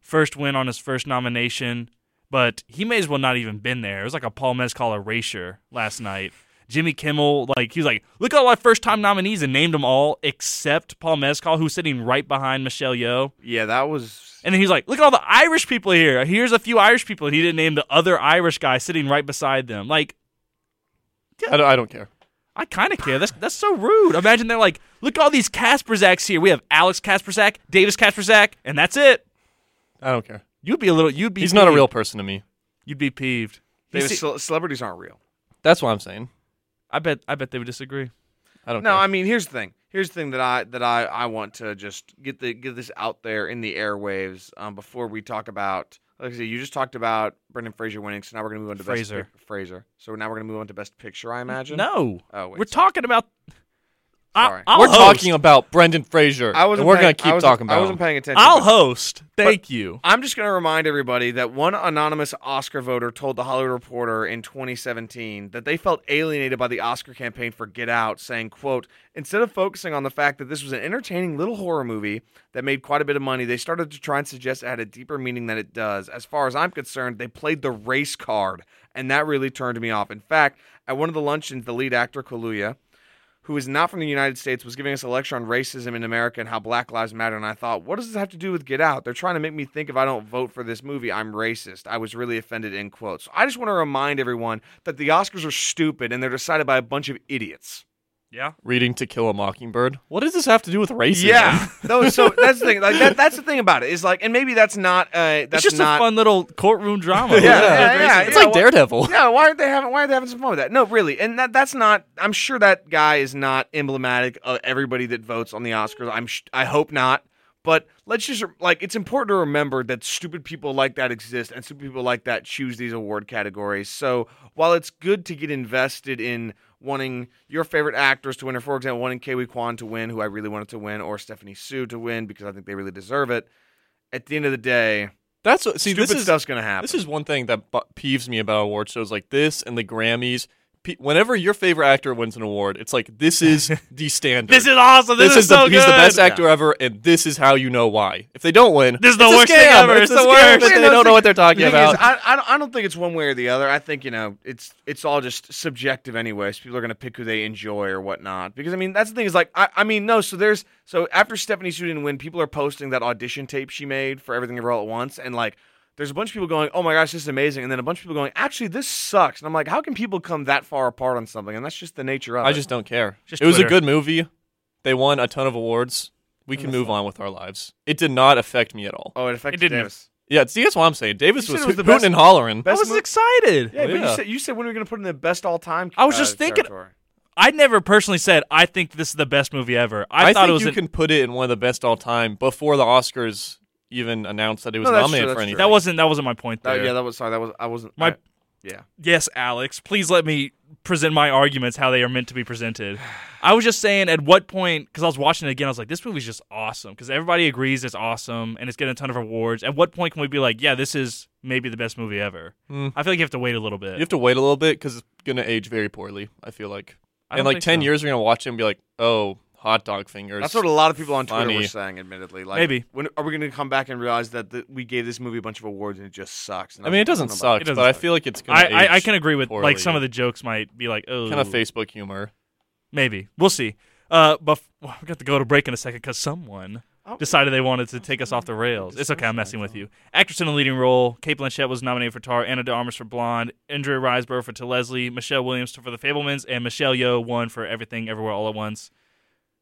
Speaker 1: first win on his first nomination, but he may as well not even been there. It was like a Paul Mescal erasure last night. Jimmy Kimmel, like he was like, look at all my first time nominees and named them all except Paul Mescal, who's sitting right behind Michelle Yeoh.
Speaker 2: Yeah, that was
Speaker 1: And then he's like, look at all the Irish people here. Here's a few Irish people. And he didn't name the other Irish guy sitting right beside them. Like,
Speaker 3: I don't, I don't care.
Speaker 1: I kind of care. That's that's so rude. Imagine they're like, look at all these Kasperzaks here. We have Alex Kasperzak, Davis Kasperzak, and that's it.
Speaker 3: I don't care.
Speaker 1: You'd be a little. You'd be.
Speaker 3: He's not a
Speaker 1: peeved.
Speaker 3: real person to me.
Speaker 1: You'd be peeved.
Speaker 2: they
Speaker 1: You see-
Speaker 2: ce- celebrities aren't real.
Speaker 3: That's what I'm saying.
Speaker 1: I bet I bet they would disagree.
Speaker 3: I don't
Speaker 2: No,
Speaker 3: care.
Speaker 2: I mean here's the thing. Here's the thing that I that I, I want to just get the get this out there in the airwaves um, before we talk about. Like I said, you just talked about Brendan Fraser winning, so now we're gonna move on to
Speaker 1: Fraser.
Speaker 2: best Pic- Fraser. So now we're gonna move on to best picture, I imagine.
Speaker 1: No.
Speaker 2: Oh, wait,
Speaker 1: We're
Speaker 2: sorry.
Speaker 1: talking about I-
Speaker 2: Sorry.
Speaker 1: I'll
Speaker 3: we're
Speaker 1: host.
Speaker 3: talking about Brendan Fraser.
Speaker 2: I was.
Speaker 3: and we're going to keep talking
Speaker 2: I
Speaker 3: about
Speaker 2: wasn't
Speaker 3: him.
Speaker 2: paying attention.
Speaker 1: I'll
Speaker 2: but-
Speaker 1: host. Thank you.
Speaker 2: I'm just going to remind everybody that one anonymous Oscar voter told the Hollywood Reporter in 2017 that they felt alienated by the Oscar campaign for Get Out, saying, quote, instead of focusing on the fact that this was an entertaining little horror movie that made quite a bit of money, they started to try and suggest it had a deeper meaning than it does. As far as I'm concerned, they played the race card, and that really turned me off. In fact, at one of the luncheons, the lead actor, Kaluuya, who is not from the United States, was giving us a lecture on racism in America and how Black Lives Matter. And I thought, what does this have to do with Get Out? They're trying to make me think if I don't vote for this movie, I'm racist. I was really offended, end quote. So I just want to remind everyone that the Oscars are stupid and they're decided by a bunch of idiots.
Speaker 1: Yeah.
Speaker 3: Reading To Kill a Mockingbird. What does this have to do with racism? [LAUGHS]
Speaker 2: Yeah. no, so that's the thing. Like, that, that's the thing about it. Is like, and maybe that's not, uh, that's
Speaker 1: it's just
Speaker 2: not.
Speaker 1: a fun little courtroom
Speaker 3: [LAUGHS]
Speaker 1: drama.
Speaker 2: Yeah, yeah,
Speaker 1: It's
Speaker 2: yeah,
Speaker 1: racist.
Speaker 3: it's like
Speaker 2: wha-
Speaker 3: Daredevil.
Speaker 2: yeah, why aren't they having why are they having some fun with that? No, really, and that that's not. I'm sure that guy is not emblematic of everybody that votes on the Oscars. I'm sh- I hope not. But let's just like it's important to remember that stupid people like that exist and stupid people like that choose these award categories. So while it's good to get invested in wanting your favorite actors to win, or for example, wanting Kiwi Kwan to win, who I really wanted to win, or Stephanie Sue to win because I think they really deserve it. At the end of the day,
Speaker 3: That's what, see,
Speaker 2: stupid
Speaker 3: this is
Speaker 2: stuff's gonna happen.
Speaker 3: This is one thing that bu- peeves me about award shows like this and the Grammys. Pe- whenever your favorite actor wins an award, it's like
Speaker 1: [LAUGHS]
Speaker 3: this is the standard.
Speaker 1: This is awesome. This,
Speaker 3: This
Speaker 1: is, so
Speaker 3: the,
Speaker 1: good.
Speaker 3: he's the best actor ever, and this is how you know why. If they don't win,
Speaker 1: This is the
Speaker 3: it's a
Speaker 1: worst thing
Speaker 3: scam,
Speaker 1: ever, it's
Speaker 3: a
Speaker 1: the
Speaker 3: scam,
Speaker 1: worst.
Speaker 3: but
Speaker 2: Yeah,
Speaker 3: they
Speaker 2: no,
Speaker 3: don't
Speaker 2: the
Speaker 3: know what they're talking
Speaker 2: The thing is,
Speaker 3: about.
Speaker 2: I, I, don't- I don't think it's one way or the other. I think you know it's it's all just subjective anyway. So people are going to pick who they enjoy or whatnot. Because I mean that's the thing is like I, I mean no. So there's so after Stephanie Sue didn't win, people are posting that audition tape she made for Everything Ever All at Once, and like there's a bunch of people going, oh my gosh, this is amazing, and then a bunch of people going, actually this sucks. And I'm like, how can people come that far apart on something? And that's just the nature of
Speaker 3: I
Speaker 2: it.
Speaker 3: just don't care.
Speaker 1: Just
Speaker 3: it was a
Speaker 1: Twitter.
Speaker 3: good movie. They won a ton of awards. We can move on with our lives. It did not affect me at all.
Speaker 2: oh it affected
Speaker 1: didn't-
Speaker 2: Davis.
Speaker 3: Yeah, see, that's what I'm saying. Davis
Speaker 2: You
Speaker 3: was,
Speaker 2: said it was the
Speaker 3: hooting
Speaker 2: best-
Speaker 3: and hollering.
Speaker 1: I was
Speaker 2: mo-
Speaker 1: excited.
Speaker 2: yeah, but you
Speaker 3: Oh, yeah.
Speaker 2: said you said when we were going to put in the best all time. uh,
Speaker 1: I was just thinking- I never personally said I think this is the best movie ever. I, thought
Speaker 3: think
Speaker 1: it was
Speaker 3: you
Speaker 1: an-
Speaker 3: can put it in one of the best all time before the Oscars even announced that it was
Speaker 2: No, that's true,
Speaker 3: nominated
Speaker 2: that's
Speaker 3: for
Speaker 2: true.
Speaker 3: anything.
Speaker 1: that wasn't that wasn't my point there.
Speaker 2: Oh, yeah, that was sorry. That was I wasn't
Speaker 1: My-
Speaker 2: I- yeah.
Speaker 1: yes, Alex, please let me present my arguments how they are meant to be presented. I was just saying at what point, because I was watching it again, I was like, this movie's just awesome because everybody agrees it's awesome and it's getting a ton of awards. At what point can we be like, yeah, this is maybe the best movie ever?
Speaker 3: Hmm.
Speaker 1: I feel like you have to wait a little bit.
Speaker 3: You have to wait a little bit because it's gonna age very poorly. I feel like,
Speaker 1: I don't
Speaker 3: in like
Speaker 1: think
Speaker 3: ten
Speaker 1: so.
Speaker 3: years, we're gonna watch it and be like, "Oh, hot dog fingers."
Speaker 2: That's what a lot of people on Twitter were
Speaker 3: funny.
Speaker 2: saying. Admittedly, like
Speaker 1: Maybe.
Speaker 2: when are we going to come back and realize that the, we gave this movie a bunch of awards and it just sucks? And
Speaker 3: I mean, it doesn't
Speaker 2: don't know about-
Speaker 3: suck,
Speaker 1: It doesn't
Speaker 3: but I
Speaker 1: suck.
Speaker 3: feel like it's gonna.
Speaker 1: I, I, I
Speaker 3: age
Speaker 1: can agree with like
Speaker 3: poorly.
Speaker 1: some of the jokes might be like, oh,
Speaker 3: kind of Facebook humor.
Speaker 1: maybe we'll see. Uh, but f- well, we got to go to break in a second because someone
Speaker 2: Oh.
Speaker 1: decided they wanted to take us off the rails. It's okay, I'm messing with you. Actress in a leading role: Kate Blanchett was nominated for Tar, Anna De Armas for Blonde, Andrea Riseborough for To Leslie, Michelle Williams for The Fablemans, and Michelle Yeoh won for Everything Everywhere All at Once.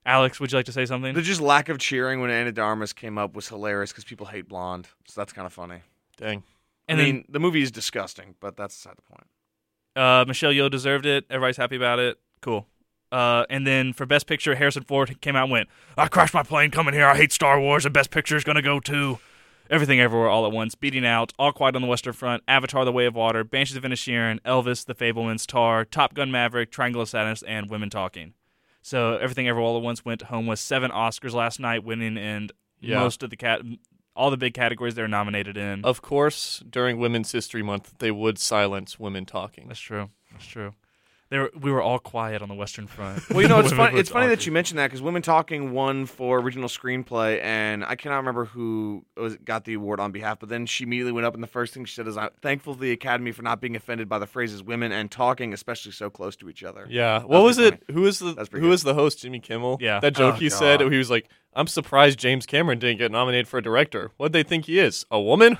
Speaker 1: Alex, would you like to say something?
Speaker 2: The just lack of cheering when Anna Darmus came up was hilarious because people hate blonde, so that's kind of funny.
Speaker 3: Dang,
Speaker 1: and
Speaker 2: I mean, the movie is disgusting, but that's beside the point.
Speaker 1: then uh, Michelle Yeoh deserved it. Everybody's happy about it. Cool. Uh, and then for Best Picture, Harrison Ford came out and went, I crashed my plane coming here. I hate Star Wars, and Best Picture is going to go to Everything Everywhere All at Once, Beating Out, All Quiet on the Western Front, Avatar The Way of Water, Banshees of Inisherin, Elvis, The Fablemans, Tar, Top Gun Maverick, Triangle of Sadness, and Women Talking. So Everything Everywhere All at Once went home with seven Oscars last night, winning in
Speaker 3: Yeah.
Speaker 1: most of the cat, all the big categories they're nominated in.
Speaker 3: Of course, during Women's History Month, they would silence women talking.
Speaker 1: That's true. That's true. They were, we were all quiet on the Western
Speaker 2: [LAUGHS]
Speaker 1: Front.
Speaker 2: Well,
Speaker 1: [LAUGHS]
Speaker 2: you know, it's
Speaker 1: Women
Speaker 2: funny.
Speaker 1: were
Speaker 2: It's funny that
Speaker 1: talking.
Speaker 2: you mentioned that because Women Talking won for original screenplay, and I cannot remember who was, got the award on behalf. But then she immediately went up, and the first thing she said is, "I'm thankful to the Academy for not being offended by the phrases women and talking, especially so close to each other."
Speaker 3: Yeah. What was
Speaker 2: pretty
Speaker 3: it? Who was the
Speaker 2: That's
Speaker 3: who
Speaker 2: pretty good.
Speaker 3: was the host? Jimmy Kimmel.
Speaker 1: Yeah.
Speaker 3: That joke
Speaker 2: Oh,
Speaker 3: he said.
Speaker 2: God.
Speaker 3: He was like, "I'm surprised James Cameron didn't get nominated for a director. What'd they think he is? A woman?"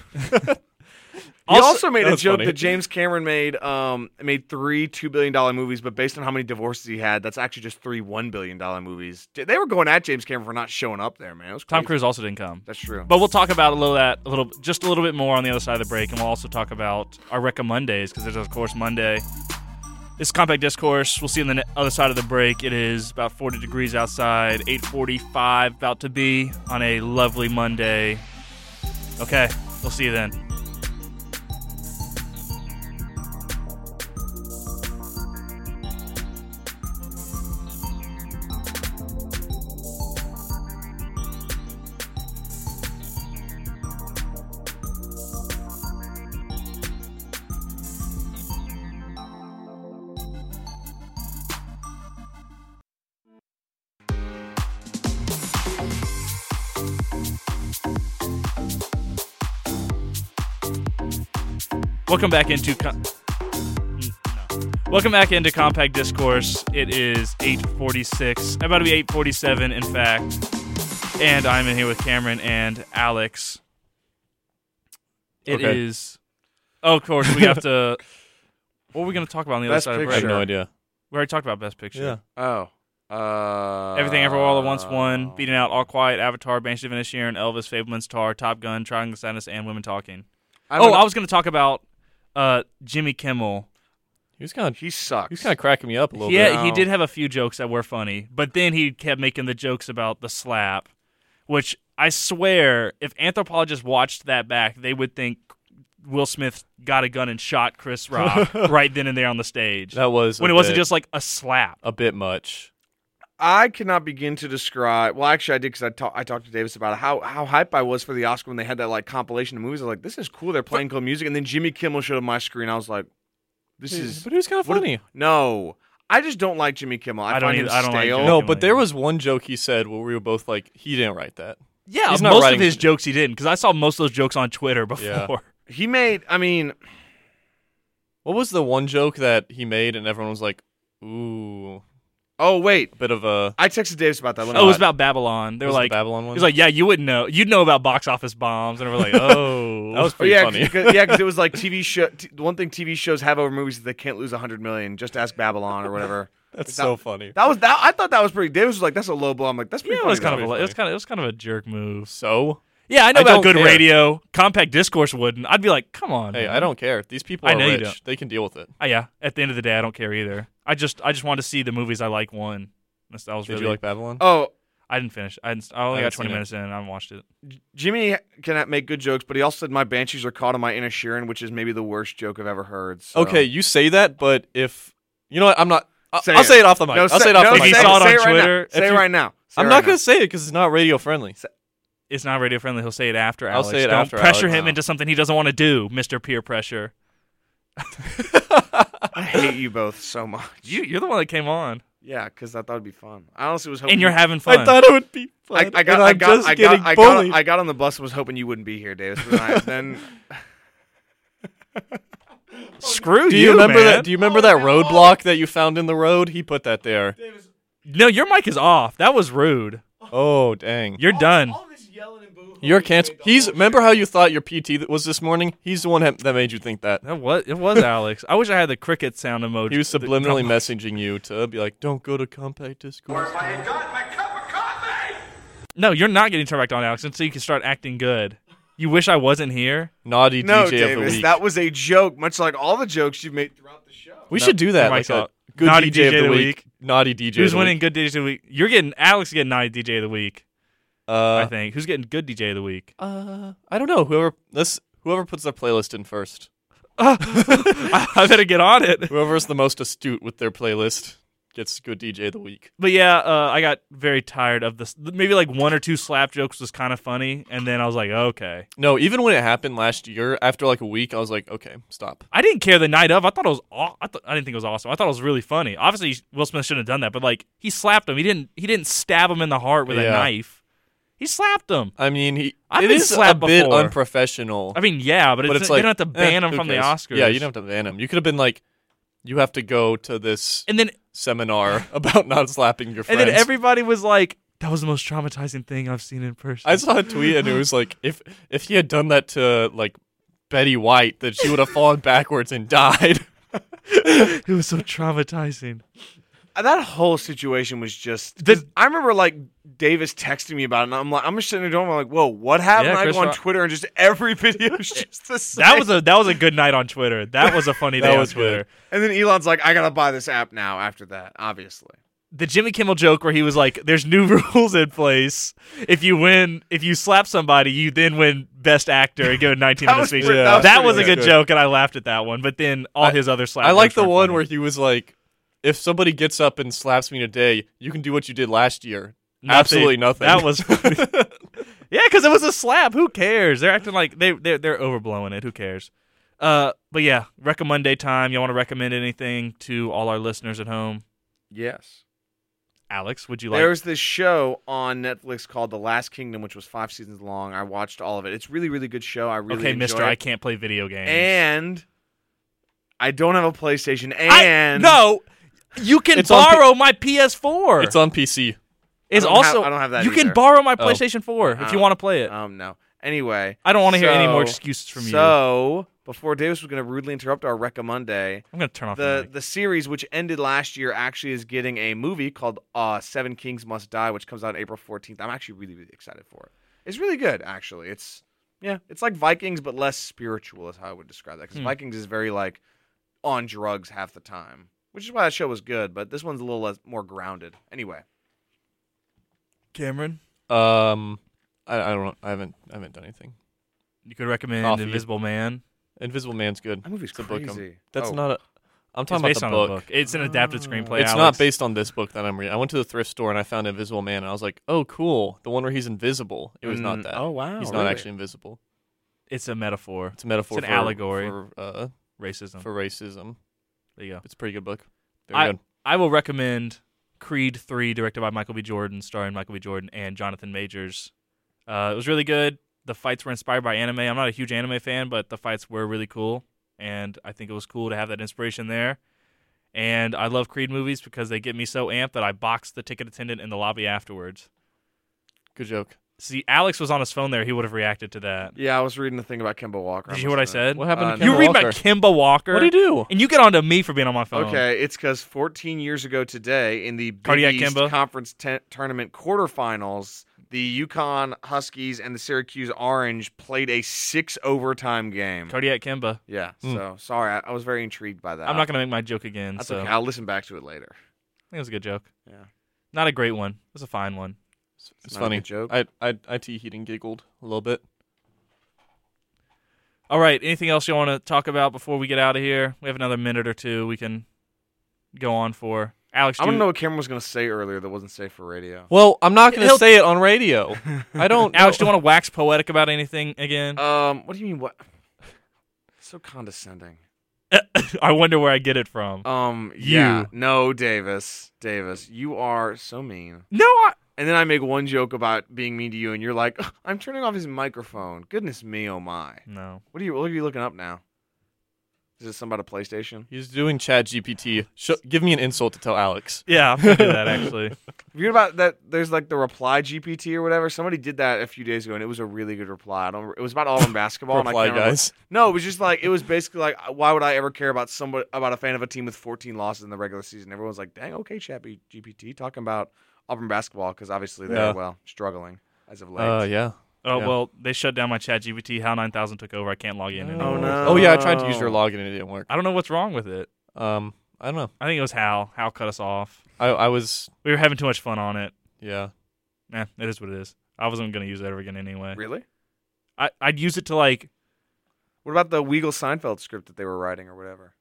Speaker 2: He also, made
Speaker 3: that
Speaker 2: a
Speaker 3: was
Speaker 2: joke
Speaker 3: funny.
Speaker 2: that James Cameron made um made three two billion dollar movies, but based on how many divorces he had, that's actually just three one billion dollar movies. J- They were going at James Cameron for not showing up there, man. It was
Speaker 1: Tom
Speaker 2: crazy.
Speaker 1: Cruise also didn't come.
Speaker 2: That's true.
Speaker 1: But we'll talk about a little that a little just a little bit more on the other side of the break, and we'll also talk about our Recca Mondays because there's of course Monday. This is compact discourse. We'll see you on the ne- other side of the break. It is about 40 degrees outside, 8:45 about to be on a lovely Monday. Okay, we'll see you then. Welcome back into. Com- Mm, no. Welcome back into Compact Discourse. It is 8:46, about to be 8:47, in fact. And I'm in here with Cameron and Alex. It is.
Speaker 3: Okay.
Speaker 1: Oh, of course, we have
Speaker 2: [LAUGHS]
Speaker 1: to. what are we going to talk about on the
Speaker 2: Best
Speaker 1: other side of
Speaker 3: I have
Speaker 1: the
Speaker 2: Picture.
Speaker 1: break?
Speaker 3: no idea.
Speaker 1: We already talked about Best Picture.
Speaker 2: oh, uh, Oh.
Speaker 1: Everything Everywhere All at Once won, beating out All Quiet, Avatar, Banshee of Inisherin, Elvis, Fableman's Tar, Top Gun, Triangle of Sadness, and Women Talking.
Speaker 2: I
Speaker 1: oh,
Speaker 2: would-
Speaker 1: I was going to talk about uh, Jimmy Kimmel.
Speaker 3: He was kind of he
Speaker 2: he sucks.
Speaker 3: was kind of cracking me up a little
Speaker 1: Yeah,
Speaker 3: bit.
Speaker 1: he
Speaker 2: No.
Speaker 1: did have a few jokes that were funny, but then he kept making the jokes about the slap, which I swear, if anthropologists watched that back, they would think Will Smith got a gun and shot
Speaker 3: [LAUGHS]
Speaker 1: Chris Rock right then and there on the stage.
Speaker 3: That was
Speaker 1: when
Speaker 3: a
Speaker 1: it wasn't
Speaker 3: bit-
Speaker 1: just like a slap.
Speaker 3: a bit much.
Speaker 2: I cannot begin to describe. Well, actually, I did because I, talk, I talked to Davis about it, how how hype I was for the Oscar when they had that like compilation of movies. I was like, "This is cool. They're playing cool music." And then Jimmy Kimmel showed up on my screen. I was like, "This is
Speaker 3: But it was kind of
Speaker 2: what-
Speaker 3: funny.
Speaker 2: no." I just don't like Jimmy Kimmel. I,
Speaker 1: I don't
Speaker 2: find him
Speaker 1: either- I don't like
Speaker 2: stale.
Speaker 1: Jimmy
Speaker 3: No,
Speaker 1: Kimmel,
Speaker 3: but there
Speaker 1: yeah.
Speaker 3: was one joke he said where we were both like, "He didn't write that."
Speaker 1: Yeah,
Speaker 3: He's not
Speaker 1: most of
Speaker 3: writing
Speaker 1: his
Speaker 3: shit.
Speaker 1: jokes he didn't because I saw most of those jokes on Twitter before.
Speaker 3: Yeah.
Speaker 2: he made. I mean,
Speaker 3: What was the one joke that he made and everyone was like, "Ooh,
Speaker 2: oh wait,
Speaker 3: a bit of a."
Speaker 2: I texted Davis about that. Let me-
Speaker 1: Oh, it was about Babylon. They were
Speaker 3: was it the
Speaker 1: like,
Speaker 3: Babylon
Speaker 1: he
Speaker 3: one.
Speaker 1: was like, yeah, you wouldn't know. You'd know about box office bombs, and we're like, oh,
Speaker 3: [LAUGHS] that was
Speaker 2: Oh,
Speaker 3: pretty
Speaker 2: [LAUGHS] yeah,
Speaker 3: funny.
Speaker 2: Cause, yeah, because it was
Speaker 1: [LAUGHS]
Speaker 2: like TV show. T- one thing TV shows have over movies is they can't lose hundred million. Just ask Babylon or whatever.
Speaker 3: [LAUGHS] That's
Speaker 2: It's
Speaker 3: so
Speaker 2: not-
Speaker 3: funny.
Speaker 2: That was that. I thought that was pretty. Davis was like, "That's a low blow." I'm like, "That's pretty."
Speaker 1: yeah, it
Speaker 2: funny
Speaker 1: was
Speaker 2: though."
Speaker 1: kind of a,
Speaker 3: Pretty
Speaker 1: it was
Speaker 3: funny.
Speaker 1: kind of it was kind of a jerk move.
Speaker 3: So
Speaker 1: Yeah, I know
Speaker 3: I
Speaker 1: about
Speaker 3: don't
Speaker 1: good
Speaker 3: care.
Speaker 1: radio. Compact discourse wouldn't. I'd be like, come on.
Speaker 3: hey,
Speaker 1: man.
Speaker 3: I don't care. These people are
Speaker 1: I know you
Speaker 3: rich.
Speaker 1: don't.
Speaker 3: They can deal with it.
Speaker 1: Oh, yeah, at the end of the day, I don't care either. I just I just wanted to see the movies I like. One. That's- That was
Speaker 3: Did
Speaker 1: really.
Speaker 3: you like Babylon?
Speaker 2: Oh,
Speaker 1: I didn't finish. I, didn't, I only
Speaker 3: I
Speaker 1: got twenty
Speaker 3: haven't seen it.
Speaker 1: minutes in. and I haven't watched it.
Speaker 2: Jimmy cannot make good jokes, but he also said my banshees are caught on my inner Sheeran, which is maybe the worst joke I've ever heard. So.
Speaker 3: Oh, Okay, you say that, but if you know what, I'm not. I-
Speaker 2: Say
Speaker 3: I'll
Speaker 2: it.
Speaker 3: say it off the mic. I'll say it off
Speaker 1: no,
Speaker 3: the
Speaker 1: If
Speaker 3: mic.
Speaker 1: you
Speaker 2: say
Speaker 1: saw it on
Speaker 2: right now.
Speaker 1: Twitter,
Speaker 2: say
Speaker 1: if
Speaker 2: it
Speaker 1: you-
Speaker 2: right now. Say
Speaker 3: I'm
Speaker 2: it
Speaker 3: not
Speaker 2: right
Speaker 3: gonna
Speaker 2: now.
Speaker 3: say it because it's not radio friendly.
Speaker 1: It's not radio friendly. He'll say it after.
Speaker 3: I'll
Speaker 1: Alex.
Speaker 3: say it
Speaker 1: don't
Speaker 3: after,
Speaker 1: pressure
Speaker 3: Alex.
Speaker 1: him into something he doesn't want to do, Mister Peer Pressure.
Speaker 2: I hate you both so much.
Speaker 1: You you're the one that came on,
Speaker 2: yeah, because I thought it'd be fun. I honestly was hoping
Speaker 1: and you're
Speaker 2: you-
Speaker 1: having fun.
Speaker 3: I thought it would be fun.
Speaker 2: I, I got,
Speaker 3: and
Speaker 2: I
Speaker 3: I'm
Speaker 2: got,
Speaker 3: just
Speaker 2: I
Speaker 3: getting
Speaker 2: got, I
Speaker 3: bullied.
Speaker 2: got, I got on the bus and was hoping you wouldn't be here, Davis. But I,
Speaker 3: [LAUGHS]
Speaker 2: then
Speaker 1: Screw
Speaker 3: do you, remember that? Do you remember that roadblock that you found in the road? He put that there.
Speaker 1: no, your mic is off. That was rude.
Speaker 3: Oh dang!
Speaker 1: You're done.
Speaker 3: You're canceled. He's remember how you thought your PT that was this morning. He's the one ha- that made you think that.
Speaker 1: That was it. Was Alex? I wish I had the cricket sound emoji.
Speaker 3: He was
Speaker 1: the-
Speaker 3: subliminally messaging you to be like, "Don't go to compact discourse."
Speaker 1: No, you're not getting turned back on, Alex, until you can start acting good. You wish I wasn't here?
Speaker 3: Naughty
Speaker 2: no,
Speaker 3: DJ of the
Speaker 2: Davis,
Speaker 3: week.
Speaker 2: that was a joke, much like all the jokes you've made throughout the show.
Speaker 3: we should do that.
Speaker 1: mic
Speaker 3: Like a
Speaker 1: out.
Speaker 3: good
Speaker 1: Naughty
Speaker 3: DJ, of the week. Naughty DJ. of
Speaker 1: Who's
Speaker 3: the
Speaker 1: winning
Speaker 3: Week.
Speaker 1: good DJ of the week? You're getting Alex getting naughty DJ of the week, I
Speaker 3: Uh,
Speaker 1: think. Who's getting good DJ of the week?
Speaker 3: uh, I don't know. Whoever this, whoever puts their playlist in first.
Speaker 1: [LAUGHS] I, I better get on it.
Speaker 3: Whoever's the most astute with their playlist gets good DJ of the week.
Speaker 1: But yeah, uh, I got very tired of this. Maybe like one or two slap jokes was kind of funny, and then I was like, okay.
Speaker 3: No, even when it happened last year, after like a week, I was like, okay, stop.
Speaker 1: I didn't care the night of. I thought it was. Aw- I, thought I didn't think it was awesome. I thought it was really funny. Obviously, Will Smith shouldn't have done that, but like he slapped him. He didn't. He didn't stab him in the heart with a
Speaker 3: Yeah.
Speaker 1: knife. He slapped him.
Speaker 3: I mean, he
Speaker 1: I've
Speaker 3: it
Speaker 1: been
Speaker 3: is
Speaker 1: slapped
Speaker 3: a bit
Speaker 1: before.
Speaker 3: unprofessional,
Speaker 1: I mean, yeah, but,
Speaker 3: but
Speaker 1: it's,
Speaker 3: it's like
Speaker 1: you don't have to
Speaker 3: eh,
Speaker 1: ban him
Speaker 3: who
Speaker 1: from
Speaker 3: cares?
Speaker 1: the Oscars.
Speaker 3: Yeah, you don't have to ban him. You could have been like, you have to go to this
Speaker 1: And then
Speaker 3: seminar [LAUGHS] about not slapping your
Speaker 1: and
Speaker 3: friends.
Speaker 1: then everybody was like, "That was the most traumatizing thing I've seen in person."
Speaker 3: I saw a tweet and it was like, if if he had done that to like Betty White, that she would have fallen backwards
Speaker 1: [LAUGHS]
Speaker 3: and died.
Speaker 1: [LAUGHS] it was so traumatizing.
Speaker 2: That whole situation was just.
Speaker 1: The-
Speaker 2: I remember like Davis texting me about it, and I'm like, I'm just sitting there doing. I'm like, whoa, what happened?
Speaker 1: Yeah,
Speaker 2: I
Speaker 1: Chris
Speaker 2: go on
Speaker 1: Rock-
Speaker 2: Twitter and just every video
Speaker 3: [LAUGHS]
Speaker 2: is just the same.
Speaker 1: That was a that was a good night on Twitter. That was a [LAUGHS] funny
Speaker 3: That
Speaker 1: day
Speaker 3: was
Speaker 1: on
Speaker 3: good.
Speaker 1: Twitter.
Speaker 2: and then Elon's like, I gotta buy this app now. After that, obviously.
Speaker 1: the Jimmy Kimmel joke where he was like, "There's new [LAUGHS] rules in place. If you win, if you slap somebody, you then win Best Actor and give a 19
Speaker 2: That
Speaker 1: minute
Speaker 2: was
Speaker 1: speech."
Speaker 3: pretty-
Speaker 1: [LAUGHS] that was,
Speaker 3: that was
Speaker 1: a
Speaker 3: pretty
Speaker 1: good
Speaker 3: good.
Speaker 1: joke, and I laughed at that one. But then all
Speaker 3: I-
Speaker 1: his other slap.
Speaker 3: I like
Speaker 1: jokes
Speaker 3: the
Speaker 1: weren't
Speaker 3: one
Speaker 1: funny.
Speaker 3: where he was like, if somebody gets up and slaps me today, you can do what you did last year.
Speaker 1: Nothing.
Speaker 3: Absolutely nothing.
Speaker 1: That
Speaker 2: [LAUGHS]
Speaker 1: was [LAUGHS] yeah, because it was a slap. Who cares? They're acting like they they're, they're overblowing it. Who cares? Uh, but yeah, recommend day time. Y'all want to recommend anything to all our listeners at home?
Speaker 2: Yes.
Speaker 1: Alex, would you like?
Speaker 2: There was this show on Netflix called The Last Kingdom, which was five seasons long. I watched all of it. It's really, really good show. I really
Speaker 1: okay,
Speaker 2: enjoy
Speaker 1: Mister,
Speaker 2: It.
Speaker 1: I can't play video games.
Speaker 2: and I don't have a PlayStation.
Speaker 1: I-
Speaker 2: And
Speaker 1: no, you can
Speaker 3: It's on P-
Speaker 1: borrow my PS4.
Speaker 3: it's on PC.
Speaker 1: It's
Speaker 2: I don't
Speaker 1: also
Speaker 2: have- I don't have that
Speaker 1: You
Speaker 2: either.
Speaker 1: can borrow my
Speaker 3: Oh.
Speaker 1: PlayStation 4 if you
Speaker 2: Oh.
Speaker 1: want to play it.
Speaker 2: um, no. Anyway,
Speaker 1: I don't want to hear any more
Speaker 2: so-
Speaker 1: excuses from you. I'm
Speaker 2: So before Davis was going to rudely interrupt our recommendé,
Speaker 1: gonna turn off the.
Speaker 2: the the series which ended last year actually is getting a movie called uh, Seven Kings Must Die, which comes out April 14th. I'm actually really, really excited for it. It's really good, actually. It's yeah, it's like Vikings but less spiritual is how I would describe that because
Speaker 1: Hmm.
Speaker 2: Vikings is very like on drugs half the time, which is why that show was good. But this one's a little less, more grounded. Anyway,
Speaker 1: Cameron,
Speaker 3: Um, I, I don't. I haven't. I haven't done anything.
Speaker 1: you could recommend
Speaker 3: Coffee.
Speaker 1: Invisible Man.
Speaker 3: Invisible Man's good.
Speaker 2: that movie's
Speaker 3: It's a book, um,
Speaker 2: crazy.
Speaker 3: That's
Speaker 2: Oh,
Speaker 3: not a. I'm
Speaker 1: It's
Speaker 3: talking
Speaker 1: based
Speaker 3: about
Speaker 1: on
Speaker 3: the
Speaker 1: a book. It's an adapted screenplay.
Speaker 3: It's
Speaker 1: Alex.
Speaker 3: not based on this book that I'm reading. I went to the thrift store and I found Invisible Man, and I was like, "Oh, cool!" The one where he's invisible. It was not
Speaker 2: Mm,
Speaker 3: that.
Speaker 2: Oh wow,
Speaker 3: he's not
Speaker 2: really?
Speaker 3: actually invisible.
Speaker 1: It's a metaphor.
Speaker 3: It's a metaphor.
Speaker 1: It's an
Speaker 3: for,
Speaker 1: allegory.
Speaker 3: for, uh,
Speaker 1: Racism.
Speaker 3: for racism.
Speaker 1: there you go.
Speaker 3: It's a pretty good book. Very
Speaker 1: I,
Speaker 3: good.
Speaker 1: I will recommend Creed 3, directed by Michael B. Jordan, starring Michael B. Jordan and Jonathan Majors. Uh, it was really good. The fights were inspired by anime. I'm not a huge anime fan, but the fights were really cool. And I think it was cool to have that inspiration there. And I love Creed movies because they get me so amped that I boxed the ticket attendant in the lobby afterwards.
Speaker 3: Good joke.
Speaker 1: See, Alex was on his phone there. He would have reacted to that.
Speaker 2: Yeah, I was reading the thing about Kemba Walker.
Speaker 1: Did you hear what I
Speaker 2: listening.
Speaker 1: said?
Speaker 3: What happened?
Speaker 2: Uh, no.
Speaker 3: to
Speaker 1: you
Speaker 3: Kemba
Speaker 1: read
Speaker 3: Walker?
Speaker 1: about Kimba Walker.
Speaker 3: What do you do?
Speaker 1: And you get onto me for being on my phone.
Speaker 2: Okay, it's because 14 years ago today in the Big
Speaker 1: Cardiac
Speaker 2: East
Speaker 1: Kemba.
Speaker 2: Conference ten- Tournament quarterfinals, the Yukon Huskies and the Syracuse Orange played a six overtime game.
Speaker 1: Cardiac Kimba.
Speaker 2: yeah,
Speaker 3: Hmm.
Speaker 2: so sorry, I, I was very intrigued by that.
Speaker 1: I'm not going to make my joke again.
Speaker 2: Ah. That's
Speaker 1: so.
Speaker 2: okay. I'll listen back to it later.
Speaker 1: I think it was a good joke.
Speaker 2: Yeah.
Speaker 1: Not a great one. It was a fine one.
Speaker 3: It's,
Speaker 2: It's not a
Speaker 3: funny.
Speaker 2: good joke.
Speaker 3: I I I tee heat and giggled a little bit.
Speaker 1: All right. Anything else you want to talk about before we get out of here? We have another minute or two we can go on for. Alex,
Speaker 2: I
Speaker 1: do
Speaker 2: want to
Speaker 1: you-
Speaker 2: know what Cameron was going to say earlier that wasn't safe for radio.
Speaker 3: Well, I'm not going
Speaker 1: He'll-
Speaker 3: to say it on radio. I
Speaker 2: [LAUGHS]
Speaker 3: don't.
Speaker 1: Alex, do
Speaker 3: know-
Speaker 1: you want to wax poetic about anything again?
Speaker 2: Um, what do you mean? What? So condescending.
Speaker 1: [LAUGHS] I wonder where I get it from.
Speaker 2: Um,
Speaker 1: You.
Speaker 2: yeah, no, Davis, Davis, you are so mean.
Speaker 1: no, I,
Speaker 2: And then I make one joke about being mean to you, and you're like, "Ugh, "I'm turning off his microphone." Goodness me, oh my!
Speaker 1: no.
Speaker 2: What are you? What are you looking up now? Is this something about a PlayStation?
Speaker 3: [LAUGHS] He's doing Chat GPT. Sh- give me an insult to tell Alex.
Speaker 1: Yeah, I'm gonna do
Speaker 2: [LAUGHS]
Speaker 1: that actually.
Speaker 2: Have you heard about that? There's like the reply GPT or whatever. Somebody did that a few days ago, and it was a really good reply. I don't. It was about Auburn basketball. and I
Speaker 3: Reply,
Speaker 2: can't remember-
Speaker 3: guys.
Speaker 2: No, it was just like it was basically like, uh, why would I ever care about somebody about a fan of a team with 14 losses in the regular season? Everyone's like, "Dang, okay, chat GPT," talking about Auburn basketball because obviously they're
Speaker 3: Yeah.
Speaker 2: well struggling as of late.
Speaker 3: Uh, yeah.
Speaker 1: Oh
Speaker 3: Yeah.
Speaker 1: well, they shut down my chat GPT. How 9000 took over. I can't log in anymore.
Speaker 2: Oh, no.
Speaker 3: Oh yeah, I tried to use your login and it didn't work.
Speaker 1: I don't know what's wrong with it.
Speaker 3: Um, I don't know.
Speaker 1: I think it was Hal. Hal cut us off.
Speaker 3: I I was
Speaker 1: We were having too much fun on it.
Speaker 3: yeah.
Speaker 1: Eh, it is what it is. I wasn't gonna use that ever again anyway.
Speaker 2: Really?
Speaker 1: I, I'd use it to like
Speaker 2: What about the Weagle Seinfeld script that they were writing or whatever?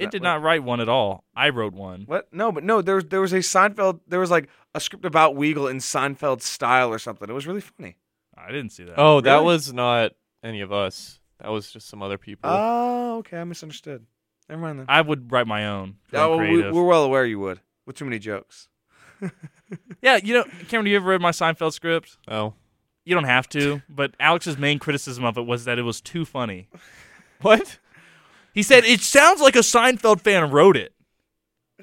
Speaker 1: It
Speaker 2: that-
Speaker 1: did
Speaker 2: wait.
Speaker 1: not write one at all. I wrote one.
Speaker 2: What? No, but no. There was there was a Seinfeld. There was like a script about Weagle in Seinfeld style or something. It was really funny.
Speaker 1: I didn't see that.
Speaker 3: Oh, that
Speaker 2: Really?
Speaker 3: was not any of us. That was just some other people.
Speaker 2: Oh, okay. I misunderstood. Never mind then.
Speaker 1: I would write my own. 'cause I'm
Speaker 2: Oh, we,
Speaker 1: creative.
Speaker 2: we're well aware you would with too many jokes.
Speaker 1: yeah, you know, Cameron, you ever read my Seinfeld script?
Speaker 3: oh.
Speaker 1: You don't have to, but Alex's main criticism of it was that it was too funny.
Speaker 3: What?
Speaker 1: He said it sounds like a Seinfeld fan wrote it.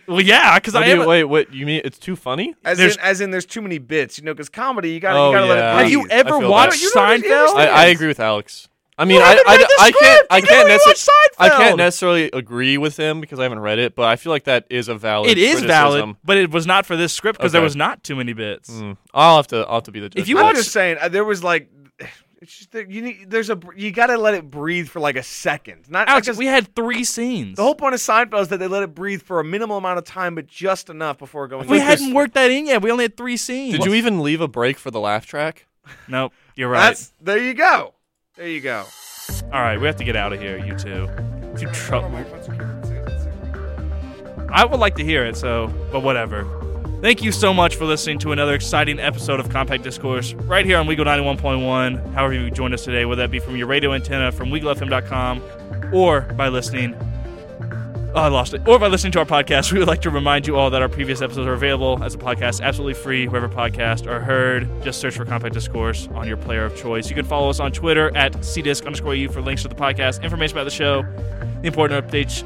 Speaker 1: Well, yeah, because
Speaker 3: What
Speaker 1: I
Speaker 3: do you-
Speaker 1: am. a-
Speaker 3: wait, what? You mean it's too funny?
Speaker 2: As
Speaker 1: There's-
Speaker 2: in, as in, there's too many bits. You know, because comedy, you gotta,
Speaker 3: Oh,
Speaker 2: you gotta
Speaker 3: yeah.
Speaker 2: let it
Speaker 1: have
Speaker 2: breathe.
Speaker 1: you
Speaker 3: I
Speaker 1: ever
Speaker 3: feel
Speaker 1: watched
Speaker 2: that. You don't
Speaker 1: Seinfeld?
Speaker 2: understand.
Speaker 3: I, I
Speaker 2: Yes.
Speaker 3: agree with Alex. I mean, I,
Speaker 1: haven't
Speaker 3: I,
Speaker 1: read the
Speaker 3: I can't
Speaker 1: script!
Speaker 3: I
Speaker 1: You don't
Speaker 3: can't
Speaker 1: even
Speaker 3: necessarily
Speaker 1: watch
Speaker 3: I can't
Speaker 1: Seinfeld!
Speaker 3: necessarily agree with him because I haven't read it, but I feel like that is a valid.
Speaker 1: It is valid,
Speaker 3: criticism.
Speaker 1: but it was not for this script because there
Speaker 3: Okay.
Speaker 1: was not too many bits.
Speaker 2: Mm.
Speaker 3: Hmm. I'll have to I'll have to be the judge.
Speaker 1: If you
Speaker 3: of
Speaker 2: I'm
Speaker 1: watch-
Speaker 3: that.
Speaker 2: just saying, uh, there was like, [SIGHS] it's just that you need. There's a br- you gotta let it breathe for like a second. Not
Speaker 1: Alex,
Speaker 2: because
Speaker 1: we had three scenes.
Speaker 2: the whole point of Seinfeld is that they let it breathe for a minimal amount of time, but just enough before going.
Speaker 1: we
Speaker 2: into-
Speaker 1: hadn't worked that in yet. We only had three scenes.
Speaker 3: did you even leave a break for the laugh track?
Speaker 1: Nope. You're right.
Speaker 2: That's there. You go. There you go.
Speaker 1: All right, we have to get out of here, you two. You trouble. I would like to hear it, so, but whatever. Thank you so much for listening to another exciting episode of Compact Discourse right here on Weagle 91.1. However, you joined us today, whether that be from your radio antenna, from WeagleFM.com, or by listening. Oh, I lost it. Or by listening to our podcast, [LAUGHS] we would like to remind you all that our previous episodes are available as a podcast, absolutely free, wherever podcasts are heard. Just search for Compact Discourse on your player of choice. You can follow us on Twitter at cdisc underscore u for links to the podcast, information about the show, the important updates,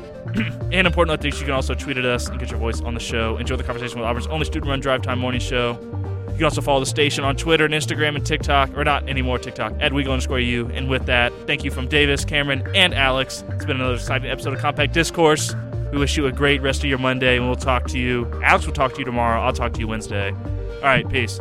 Speaker 1: [CLEARS THROAT] and important updates. You can also tweet at us and get your voice on the show. Enjoy the conversation with Auburn's only student-run drive time morning show. You can also follow the station on Twitter and Instagram and TikTok, or not anymore TikTok, at Weagle underscore U. And with that, thank you from Davis, Cameron, and Alex. It's been another exciting episode of Compact Discourse. We wish you a great rest of your Monday, and we'll talk to you. Alex will talk to you tomorrow. I'll talk to you Wednesday. All right, peace.